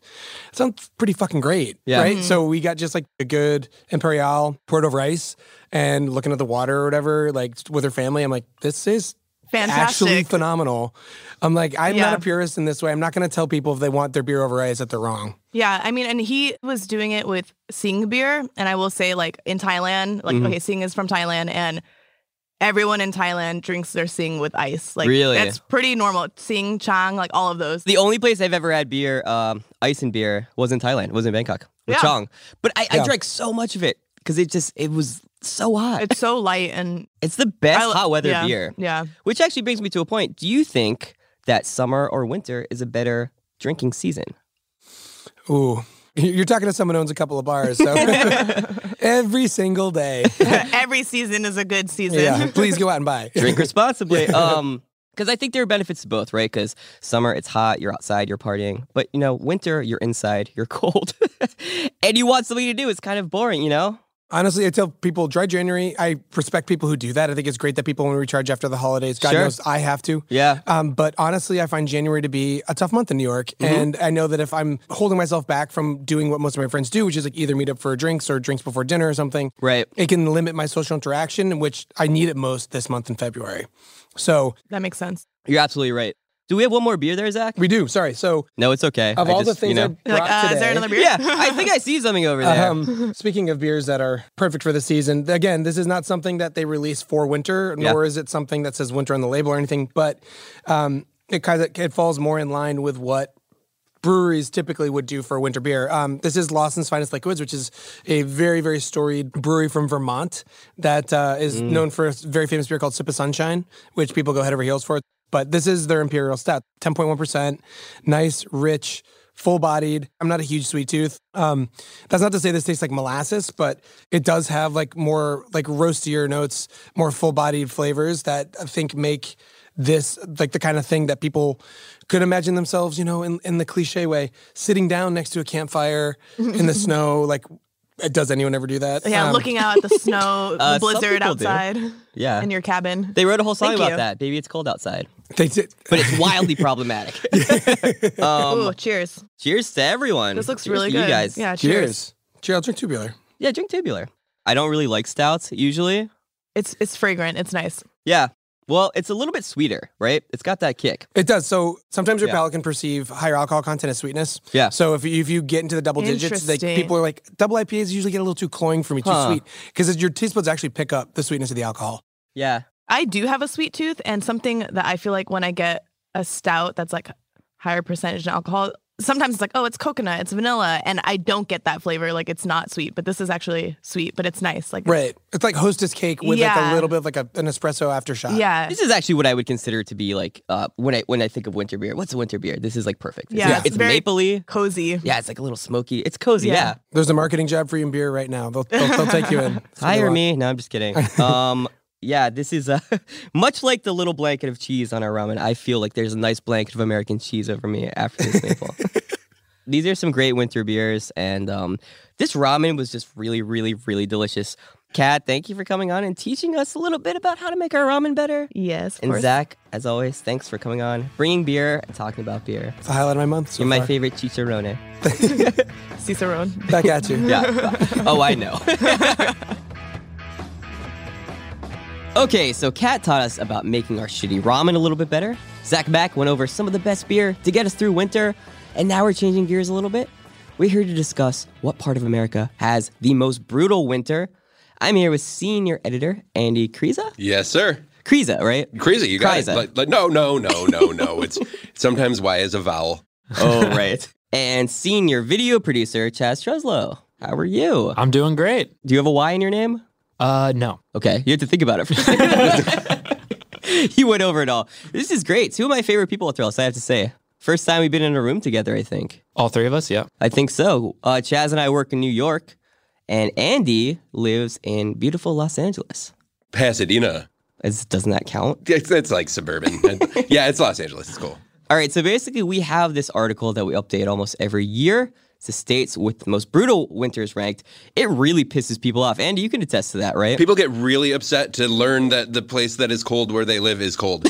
[SPEAKER 2] sounds pretty fucking great.
[SPEAKER 1] Yeah.
[SPEAKER 2] Right. So we got just like a good Imperial poured over ice and looking at the water or whatever, like with her family. I'm like, this is actually
[SPEAKER 3] Fantastic.
[SPEAKER 2] phenomenal. I'm like, I'm
[SPEAKER 3] Yeah.
[SPEAKER 2] not a purist in this way. I'm not going to tell people if they want their beer over ice that they're wrong.
[SPEAKER 3] Yeah, I mean, and he was doing it with Sing beer, and I will say, like in Thailand, like
[SPEAKER 1] Mhm.
[SPEAKER 3] okay, Sing is from Thailand, and everyone in Thailand drinks their Sing with ice. Like,
[SPEAKER 1] Really?
[SPEAKER 3] that's pretty normal. Sing, Chang, like all of those.
[SPEAKER 1] The only place I've ever had beer, um, ice and beer, was in Thailand. Was in Bangkok, with
[SPEAKER 3] Yeah.
[SPEAKER 1] Chong. But I, I
[SPEAKER 2] Yeah.
[SPEAKER 1] drank so much of it because it just it was so hot.
[SPEAKER 3] It's so light and
[SPEAKER 1] It's the best
[SPEAKER 3] I-
[SPEAKER 1] hot weather
[SPEAKER 3] yeah,
[SPEAKER 1] beer.
[SPEAKER 3] Yeah,
[SPEAKER 1] Which actually brings me to a point. Do you think that summer or winter is a better drinking season?
[SPEAKER 2] Ooh. You're talking to someone who owns a couple of bars. So every single day.
[SPEAKER 3] every season is a good season.
[SPEAKER 2] Yeah. Please go out and buy.
[SPEAKER 1] Drink responsibly. Um, because I think there are benefits to both, right? Because summer it's hot, you're outside, you're partying, but you know, winter you're inside, you're cold, and you want something to do. It's kind of boring, you know.
[SPEAKER 2] Honestly, I tell people dry January. I respect people who do that. I think it's great that people want to recharge after the holidays. God
[SPEAKER 1] Sure.
[SPEAKER 2] knows I have to.
[SPEAKER 1] Yeah.
[SPEAKER 2] Um, but honestly, I find January to be a tough month in New York,
[SPEAKER 1] Mm-hmm.
[SPEAKER 2] and I know that if I'm holding myself back from doing what most of my friends do, which is like either meet up for drinks or drinks before dinner or something,
[SPEAKER 1] Right.
[SPEAKER 2] it can limit my social interaction, which I need it most this month in February. So
[SPEAKER 3] that makes sense.
[SPEAKER 1] You're absolutely right. Do we have one more beer there, Zach?
[SPEAKER 2] we do. Sorry. So
[SPEAKER 1] No, it's okay.
[SPEAKER 2] of
[SPEAKER 1] I
[SPEAKER 2] all the
[SPEAKER 1] just, you
[SPEAKER 2] things
[SPEAKER 1] know-
[SPEAKER 2] I
[SPEAKER 3] You're
[SPEAKER 2] brought
[SPEAKER 3] like, uh,
[SPEAKER 2] today,
[SPEAKER 3] is there another beer?
[SPEAKER 1] yeah, I think I see something over there.
[SPEAKER 2] Um, speaking of beers that are perfect for the season, again, this is not something that they release for winter,
[SPEAKER 1] Yeah.
[SPEAKER 2] nor is it something that says winter on the label or anything. But um, it kind of it falls more in line with what breweries typically would do for a winter beer. Um, this is Lawson's Finest Liquids, which is a very very storied brewery from Vermont that uh, is known for a very famous beer called Sip of Sunshine, which people go head over heels for. But this is their imperial stout, ten point one percent, nice, rich. Full bodied. I'm not a huge sweet tooth. Um, that's not to say this tastes like molasses, but it does have like more like roastier notes, more full bodied flavors that I think make this like the kind of thing that people could imagine themselves, you know, in, in the cliche way, sitting down next to a campfire in the snow. Like, does anyone ever do that?
[SPEAKER 3] Yeah,
[SPEAKER 2] Um,
[SPEAKER 3] looking out at the snow, the
[SPEAKER 1] Uh, some
[SPEAKER 3] blizzard
[SPEAKER 1] people do.
[SPEAKER 3] outside
[SPEAKER 1] yeah.
[SPEAKER 3] in your cabin.
[SPEAKER 1] They wrote a whole song
[SPEAKER 3] Thank
[SPEAKER 1] about
[SPEAKER 3] you.
[SPEAKER 1] that. Baby, it's cold outside.
[SPEAKER 2] They did.
[SPEAKER 1] But it's wildly problematic.
[SPEAKER 3] Ooh, cheers.
[SPEAKER 1] Cheers to everyone.
[SPEAKER 3] This looks
[SPEAKER 1] um, Cheers
[SPEAKER 3] really
[SPEAKER 1] to
[SPEAKER 3] good.
[SPEAKER 1] You guys.
[SPEAKER 3] Yeah, cheers.
[SPEAKER 2] Cheers. Cheers. I'll drink tubular.
[SPEAKER 1] Yeah, drink tubular. I don't really like stouts usually.
[SPEAKER 3] It's it's fragrant. It's nice.
[SPEAKER 1] Yeah. Well, it's a little bit sweeter, right? It's got that kick.
[SPEAKER 2] It does. So sometimes your
[SPEAKER 1] Yeah.
[SPEAKER 2] palate can perceive higher alcohol content as sweetness.
[SPEAKER 1] Yeah.
[SPEAKER 2] So if you, if you get into the double digits, like
[SPEAKER 3] Interesting.
[SPEAKER 2] people are like, double IPAs usually get a little too cloying for me, too
[SPEAKER 1] Huh.
[SPEAKER 2] sweet, because your taste buds actually pick up the sweetness of the alcohol.
[SPEAKER 1] Yeah.
[SPEAKER 3] I do have a sweet tooth, and something that I feel like when I get a stout that's like higher percentage in alcohol, sometimes it's like, oh, it's coconut, it's vanilla, and I don't get that flavor. Like it's not sweet, but this is actually sweet, but it's nice. Like,
[SPEAKER 2] Right. It's like hostess cake with like
[SPEAKER 3] Yeah.
[SPEAKER 2] a little bit of like a, an espresso aftershot.
[SPEAKER 3] yeah,
[SPEAKER 1] This is actually what I would consider to be like uh, when I when I think of winter beer. What's a winter beer? This is like perfect. It's-
[SPEAKER 3] Yeah,
[SPEAKER 1] It's,
[SPEAKER 3] it's very-
[SPEAKER 1] mapley.
[SPEAKER 3] cozy.
[SPEAKER 1] Yeah, it's like a little smoky. It's cozy.
[SPEAKER 3] Yeah.
[SPEAKER 1] yeah.
[SPEAKER 2] There's a marketing job for you in beer right now. They'll, they'll, they'll take you in. It's gonna be
[SPEAKER 1] Hire
[SPEAKER 2] wild.
[SPEAKER 1] me. No, I'm just kidding. Um, yeah, this is uh, much like the little blanket of cheese on our ramen. I feel like there's a nice blanket of American cheese over me after this maple. These are some great winter beers, and um, this ramen was just really, really, really delicious. Kat, thank you for coming on and teaching us a little bit about how to make our ramen better.
[SPEAKER 3] Yes, of
[SPEAKER 1] And
[SPEAKER 3] course.
[SPEAKER 1] Zach, as always, thanks for coming on, bringing beer and talking about beer.
[SPEAKER 2] It's the highlight of my month. So
[SPEAKER 1] You're my
[SPEAKER 2] far.
[SPEAKER 1] favorite chicharrone.
[SPEAKER 3] Cicerone.
[SPEAKER 2] Back at you.
[SPEAKER 1] Yeah. oh, I know. okay, so Kat taught us about making our shitty ramen a little bit better. Zach Mack went over some of the best beer to get us through winter. And now we're changing gears a little bit. We're here to discuss what part of America has the most brutal winter. I'm here with senior editor Andy Kriza.
[SPEAKER 4] Yes, sir.
[SPEAKER 1] Kriza, right?
[SPEAKER 4] Crazy, you guys.
[SPEAKER 1] Crazy.
[SPEAKER 4] Like, like, no, no, no, no, no. It's sometimes Y is a vowel.
[SPEAKER 1] Oh, right. and senior video producer Chaz Treslow. How are you?
[SPEAKER 5] I'm doing great.
[SPEAKER 1] Do you have a Y in your name?
[SPEAKER 5] Uh, no.
[SPEAKER 1] Okay, you have to think about it. For a second. he went over it all. This is great. Two of my favorite people at Thrillist, I have to say. First time we've been in a room together, I think.
[SPEAKER 5] All three of us. Yeah.
[SPEAKER 1] I think so. Uh, Chaz and I work in New York, and Andy lives in beautiful Los Angeles.
[SPEAKER 4] Pasadena.
[SPEAKER 1] Is, doesn't that count?
[SPEAKER 4] It's, it's like suburban. yeah, it's Los Angeles. It's cool.
[SPEAKER 1] All right, so basically, we have this article that we update almost every year. It's the states with the most brutal winters ranked. It really pisses people off. Andy, you can attest to that, right?
[SPEAKER 4] People get really upset to learn that the place that is cold where they live is cold.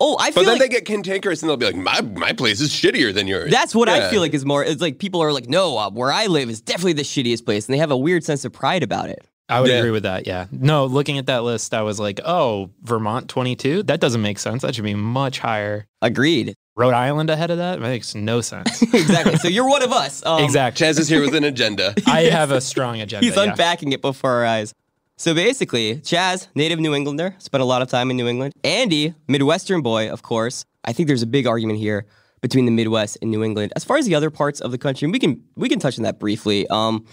[SPEAKER 1] Oh, I
[SPEAKER 4] But
[SPEAKER 1] feel
[SPEAKER 4] then
[SPEAKER 1] like
[SPEAKER 4] they get cantankerous and they'll be like, my, my place is shittier than yours.
[SPEAKER 1] that's what I
[SPEAKER 4] Yeah.
[SPEAKER 1] feel like is more. It's like people are like, no, uh, where I live is definitely the shittiest place, and they have a weird sense of pride about it.
[SPEAKER 5] I would
[SPEAKER 4] Yeah.
[SPEAKER 5] agree with that. Yeah. No, looking at that list, I was like, oh, Vermont 22? That doesn't make sense. That should be much higher.
[SPEAKER 1] Agreed.
[SPEAKER 5] Rhode Island ahead of that makes no sense.
[SPEAKER 1] Exactly. so you're one of us. Um,
[SPEAKER 5] exactly.
[SPEAKER 4] Chaz is here with an agenda.
[SPEAKER 5] I have a strong agenda.
[SPEAKER 1] He's
[SPEAKER 5] yeah.
[SPEAKER 1] unpacking it before our eyes. So basically, Chaz, native New Englander, spent a lot of time in New England. Andy, Midwestern boy, of course. I think there's a big argument here between the Midwest and New England. As far as the other parts of the country, and we can we can touch on that briefly. Um,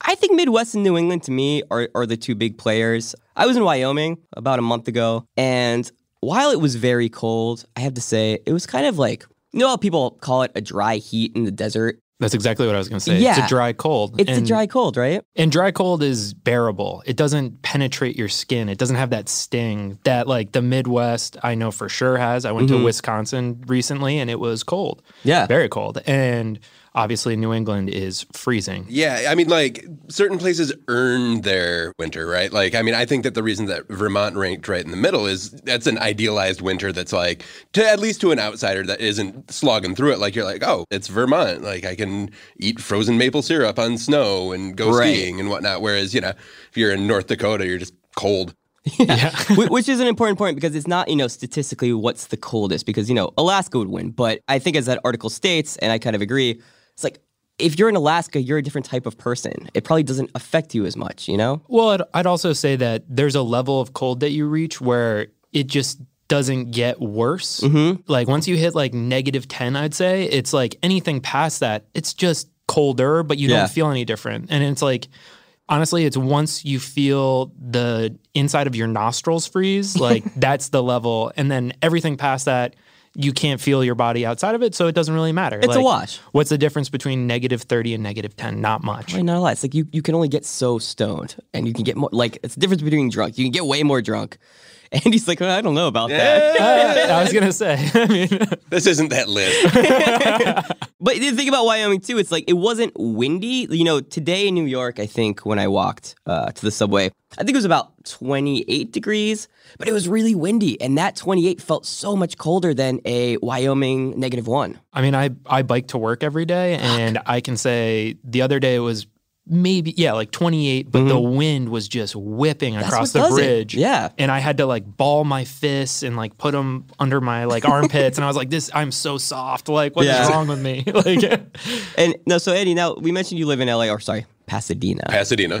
[SPEAKER 1] I think Midwest and New England to me are, are the two big players. I was in Wyoming about a month ago, and while it was very cold, I have to say it was kind of like you know how people call it a dry heat in the desert.
[SPEAKER 5] That's exactly what I was going to say.
[SPEAKER 1] Yeah.
[SPEAKER 5] It's a dry cold.
[SPEAKER 1] It's
[SPEAKER 5] and,
[SPEAKER 1] a dry cold, right?
[SPEAKER 5] And dry cold is bearable. It doesn't penetrate your skin. It doesn't have that sting that, like, the Midwest, I know for sure has. I went to Wisconsin recently and it was cold.
[SPEAKER 1] Yeah.
[SPEAKER 5] Very cold. And obviously, New England is freezing.
[SPEAKER 4] Yeah, I mean, like certain places earn their winter, right? Like, I mean, I think that the reason that Vermont ranked right in the middle is that's an idealized winter that's like, to at least to an outsider that isn't slogging through it. Like, you're like, oh, it's Vermont. Like, I can eat frozen maple syrup on snow and go
[SPEAKER 1] Right.
[SPEAKER 4] skiing and whatnot. Whereas, you know, if you're in North Dakota, you're just cold.
[SPEAKER 1] Wh- which is an important point because it's not you know statistically what's the coldest because you know Alaska would win, but I think as that article states, and I kind of agree, it's like if you're in Alaska, you're a different type of person. It probably doesn't affect you as much, you know.
[SPEAKER 5] Well, I'd, I'd also say that there's a level of cold that you reach where it just doesn't get worse.
[SPEAKER 1] Mm-hmm.
[SPEAKER 5] Like once you hit like negative 10, I'd say it's like anything past that, it's just colder, but you
[SPEAKER 1] Yeah.
[SPEAKER 5] don't feel any different. And it's like, honestly, it's once you feel the inside of your nostrils freeze, like that's the level. And then everything past that, you can't feel your body outside of it. So it doesn't really matter.
[SPEAKER 1] It's a wash.
[SPEAKER 5] What's the difference between negative 30 and negative 10? Not much.
[SPEAKER 1] Probably not a lot. It's like you you can only get so stoned, and you can get more. Like it's the difference between drunk. You can get way more drunk. And he's like, I don't know about that.
[SPEAKER 5] I was going to say, I mean,
[SPEAKER 4] This isn't that list.
[SPEAKER 1] But the thing about Wyoming too, it's like it wasn't windy. You know, today in New York, I think when I walked uh, to the subway, I think it was about 28 degrees, but it was really windy, and that 28 felt so much colder than a Wyoming negative one.
[SPEAKER 5] I mean, I I bike to work every day, and I can say the other day was maybe yeah like 28, but the wind was just whipping across
[SPEAKER 1] Mm-hmm. what
[SPEAKER 5] the
[SPEAKER 1] does it.
[SPEAKER 5] bridge.
[SPEAKER 1] Yeah.
[SPEAKER 5] and I had to like ball my fists and like put them under my like armpits, and I was like, this I'm so soft. Like, what's
[SPEAKER 1] Yeah.
[SPEAKER 5] wrong with me? like,
[SPEAKER 1] And no, so Andy, now we mentioned you live in LA, or sorry, Pasadena,
[SPEAKER 4] Pasadena,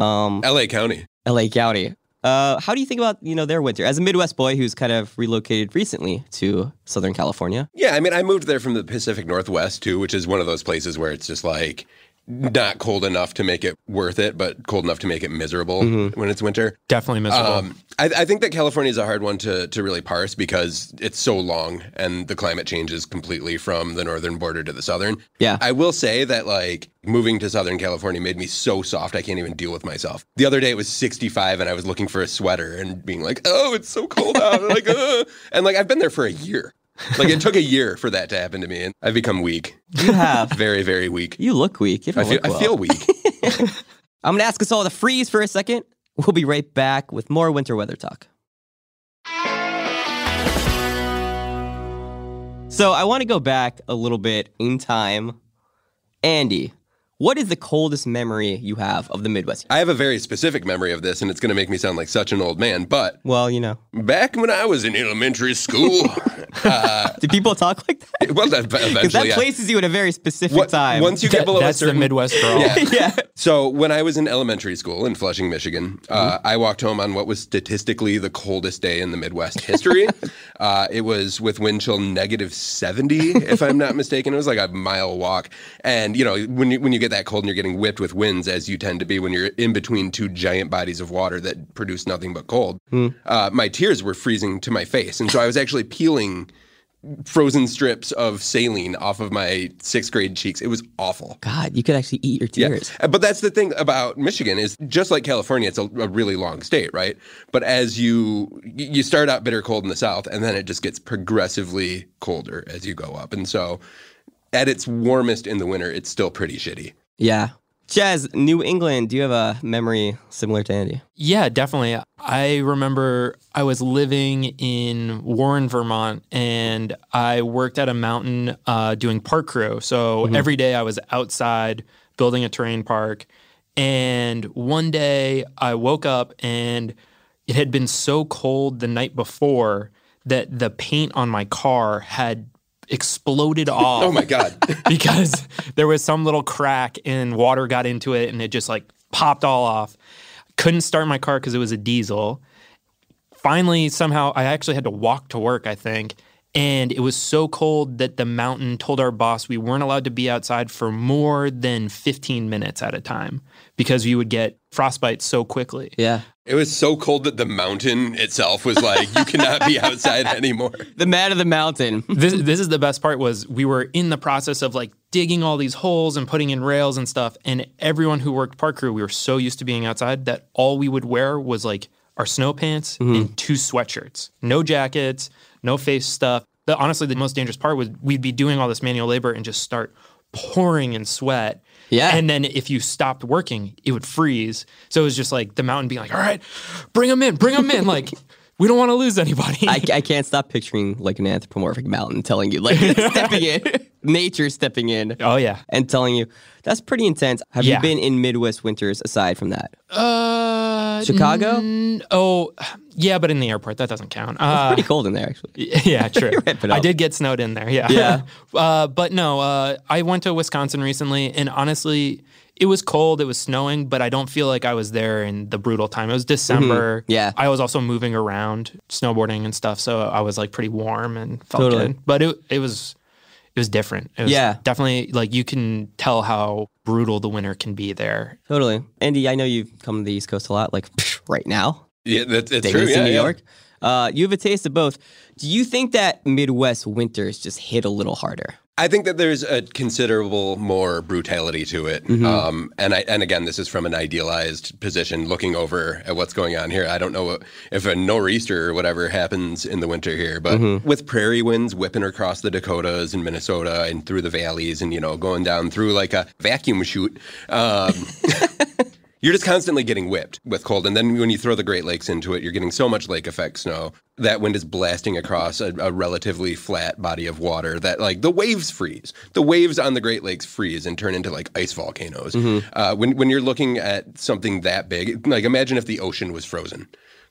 [SPEAKER 1] Um,
[SPEAKER 4] LA County.
[SPEAKER 1] LA County. Uh, how do you think about you know their winter as a Midwest boy who's kind of relocated recently to Southern California?
[SPEAKER 4] Yeah, I mean, I moved there from the Pacific Northwest too, which is one of those places where it's just like not cold enough to make it worth it, but cold enough to make it miserable when it's winter.
[SPEAKER 5] definitely miserable.
[SPEAKER 4] Um, I, I think that California is a hard one to to really parse because it's so long and the climate changes completely from the northern border to the southern.
[SPEAKER 1] Yeah.
[SPEAKER 4] I will say that like moving to Southern California made me so soft I can't even deal with myself. The other day it was 65 and I was looking for a sweater and being like, oh, it's so cold out. And like, Ugh. and like I've been there for a year. Like it took a year for that to happen to me, and I've become weak,
[SPEAKER 1] You have.
[SPEAKER 4] very very weak.
[SPEAKER 1] You look weak. You
[SPEAKER 4] I
[SPEAKER 1] don't
[SPEAKER 4] feel
[SPEAKER 1] look
[SPEAKER 4] I
[SPEAKER 1] well.
[SPEAKER 4] feel weak.
[SPEAKER 1] I'm gonna ask us all to freeze for a second. We'll be right back with more winter weather talk. So I want to go back a little bit in time. Andy, what is the coldest memory you have of the Midwest?
[SPEAKER 4] I have a very specific memory of this, and it's going to make me sound like such an old man. But
[SPEAKER 1] Well, you know,
[SPEAKER 4] back when I was in elementary school, uh,
[SPEAKER 1] do people talk like that?
[SPEAKER 4] well, that, eventually,
[SPEAKER 1] Because that
[SPEAKER 4] yeah.
[SPEAKER 1] places you at a very specific
[SPEAKER 4] What-
[SPEAKER 1] time.
[SPEAKER 4] Once you
[SPEAKER 5] That-
[SPEAKER 4] get below
[SPEAKER 5] that's
[SPEAKER 4] a certain
[SPEAKER 5] the Midwest girl.
[SPEAKER 4] Yeah.
[SPEAKER 1] yeah.
[SPEAKER 4] So when I was in elementary school in Flushing, Michigan, uh, I walked home on what was statistically the coldest day in the Midwest history. uh, it was with wind chill negative seventy, if I'm not mistaken. It was like a mile walk, and you know when you, when you get that cold and you're getting whipped with winds, as you tend to be when you're in between two giant bodies of water that produce nothing but cold. Uh, my tears were freezing to my face, and so I was actually peeling. Frozen strips of saline off of my sixth grade cheeks. It was awful.
[SPEAKER 1] God, you could actually eat your
[SPEAKER 4] Yeah.
[SPEAKER 1] tears.
[SPEAKER 4] Uh, But that's the thing about Michigan is just like California, it's a, a really long state, right? But as you you start out bitter cold in the south, and then it just gets progressively colder as you go up, and so at its warmest in the winter, it's still pretty shitty.
[SPEAKER 1] Yeah. Chaz, New England, do you have a memory similar to Andy?
[SPEAKER 5] Yeah, definitely. I remember I was living in Warren, Vermont, and I worked at a mountain uh, doing park crew. So
[SPEAKER 4] Mm-hmm.
[SPEAKER 5] every day I was outside building a terrain park. And one day I woke up and it had been so cold the night before that the paint on my car had exploded off
[SPEAKER 4] Oh my god.
[SPEAKER 5] because there was some little crack and water got into it and it just like popped all off. Couldn't start my car because it was a diesel. Finally, somehow, I actually had to walk to work, I think. And it was so cold that the mountain told our boss we weren't allowed to be outside for more than 15 minutes at a time because you would get frostbite so quickly.
[SPEAKER 1] Yeah.
[SPEAKER 4] It was so cold that the mountain itself was like, you cannot be outside anymore.
[SPEAKER 1] The man of the mountain.
[SPEAKER 5] this this is the best part was we were in the process of like digging all these holes and putting in rails and stuff and everyone who worked park crew we were so used to being outside that all we would wear was like our snow pants
[SPEAKER 1] Mm-hmm.
[SPEAKER 5] and two sweatshirts no jackets no face stuff the, honestly the most dangerous part was we'd be doing all this manual labor and just start pouring in sweat
[SPEAKER 1] Yeah.
[SPEAKER 5] and then if you stopped working it would freeze so it was just like the mountain being like all right bring them in bring them in like we don't want to lose anybody
[SPEAKER 1] I, I can't stop picturing like an anthropomorphic mountain telling you, like stepping in, nature stepping in
[SPEAKER 5] oh yeah
[SPEAKER 1] and telling you, that's pretty intense. Have you
[SPEAKER 5] Yeah.
[SPEAKER 1] been in Midwest winters aside from that?
[SPEAKER 5] Uh,
[SPEAKER 1] Chicago?
[SPEAKER 5] n- oh, yeah, but in the airport that doesn't count. Uh,
[SPEAKER 1] pretty cold in there, actually.
[SPEAKER 5] yeah, true.
[SPEAKER 1] ripping
[SPEAKER 5] I
[SPEAKER 1] up.
[SPEAKER 5] did get snowed in there. Yeah,
[SPEAKER 1] Yeah.
[SPEAKER 5] uh, but no, uh, I went to Wisconsin recently, and honestly, it was cold. It was snowing, but I don't feel like I was there in the brutal time. It was December.
[SPEAKER 4] Mm-hmm.
[SPEAKER 1] Yeah.
[SPEAKER 5] I was also moving around, snowboarding and stuff, so I was like pretty warm and felt
[SPEAKER 1] Totally.
[SPEAKER 5] good. But it it was. It was different. It was
[SPEAKER 1] Yeah.
[SPEAKER 5] definitely like you can tell how brutal the winter can be there.
[SPEAKER 1] Totally. Andy, I know you've come to the East Coast a lot, like right now.
[SPEAKER 4] Yeah, that's it's
[SPEAKER 1] Vegas
[SPEAKER 4] true. Yeah,
[SPEAKER 1] in New
[SPEAKER 4] yeah.
[SPEAKER 1] York. Uh, you have a taste of both. Do you think that Midwest winters just hit a little harder?
[SPEAKER 4] I think that there's a considerable more brutality to it, um, and I, and again, this is from an idealized position, looking over at what's going on here. I don't know if a nor'easter or whatever happens in the winter here, but with prairie winds whipping across the Dakotas and Minnesota and through the valleys, and you know, going down through like a vacuum chute. Um, You're just constantly getting whipped with cold. And then when you throw the Great Lakes into it, you're getting so much lake effect snow. That wind is blasting across a, a relatively flat body of water that, like, the waves freeze. The waves on the Great Lakes freeze and turn into, like, ice volcanoes. Uh, when, when you're looking at something that big, like, imagine if the ocean was frozen.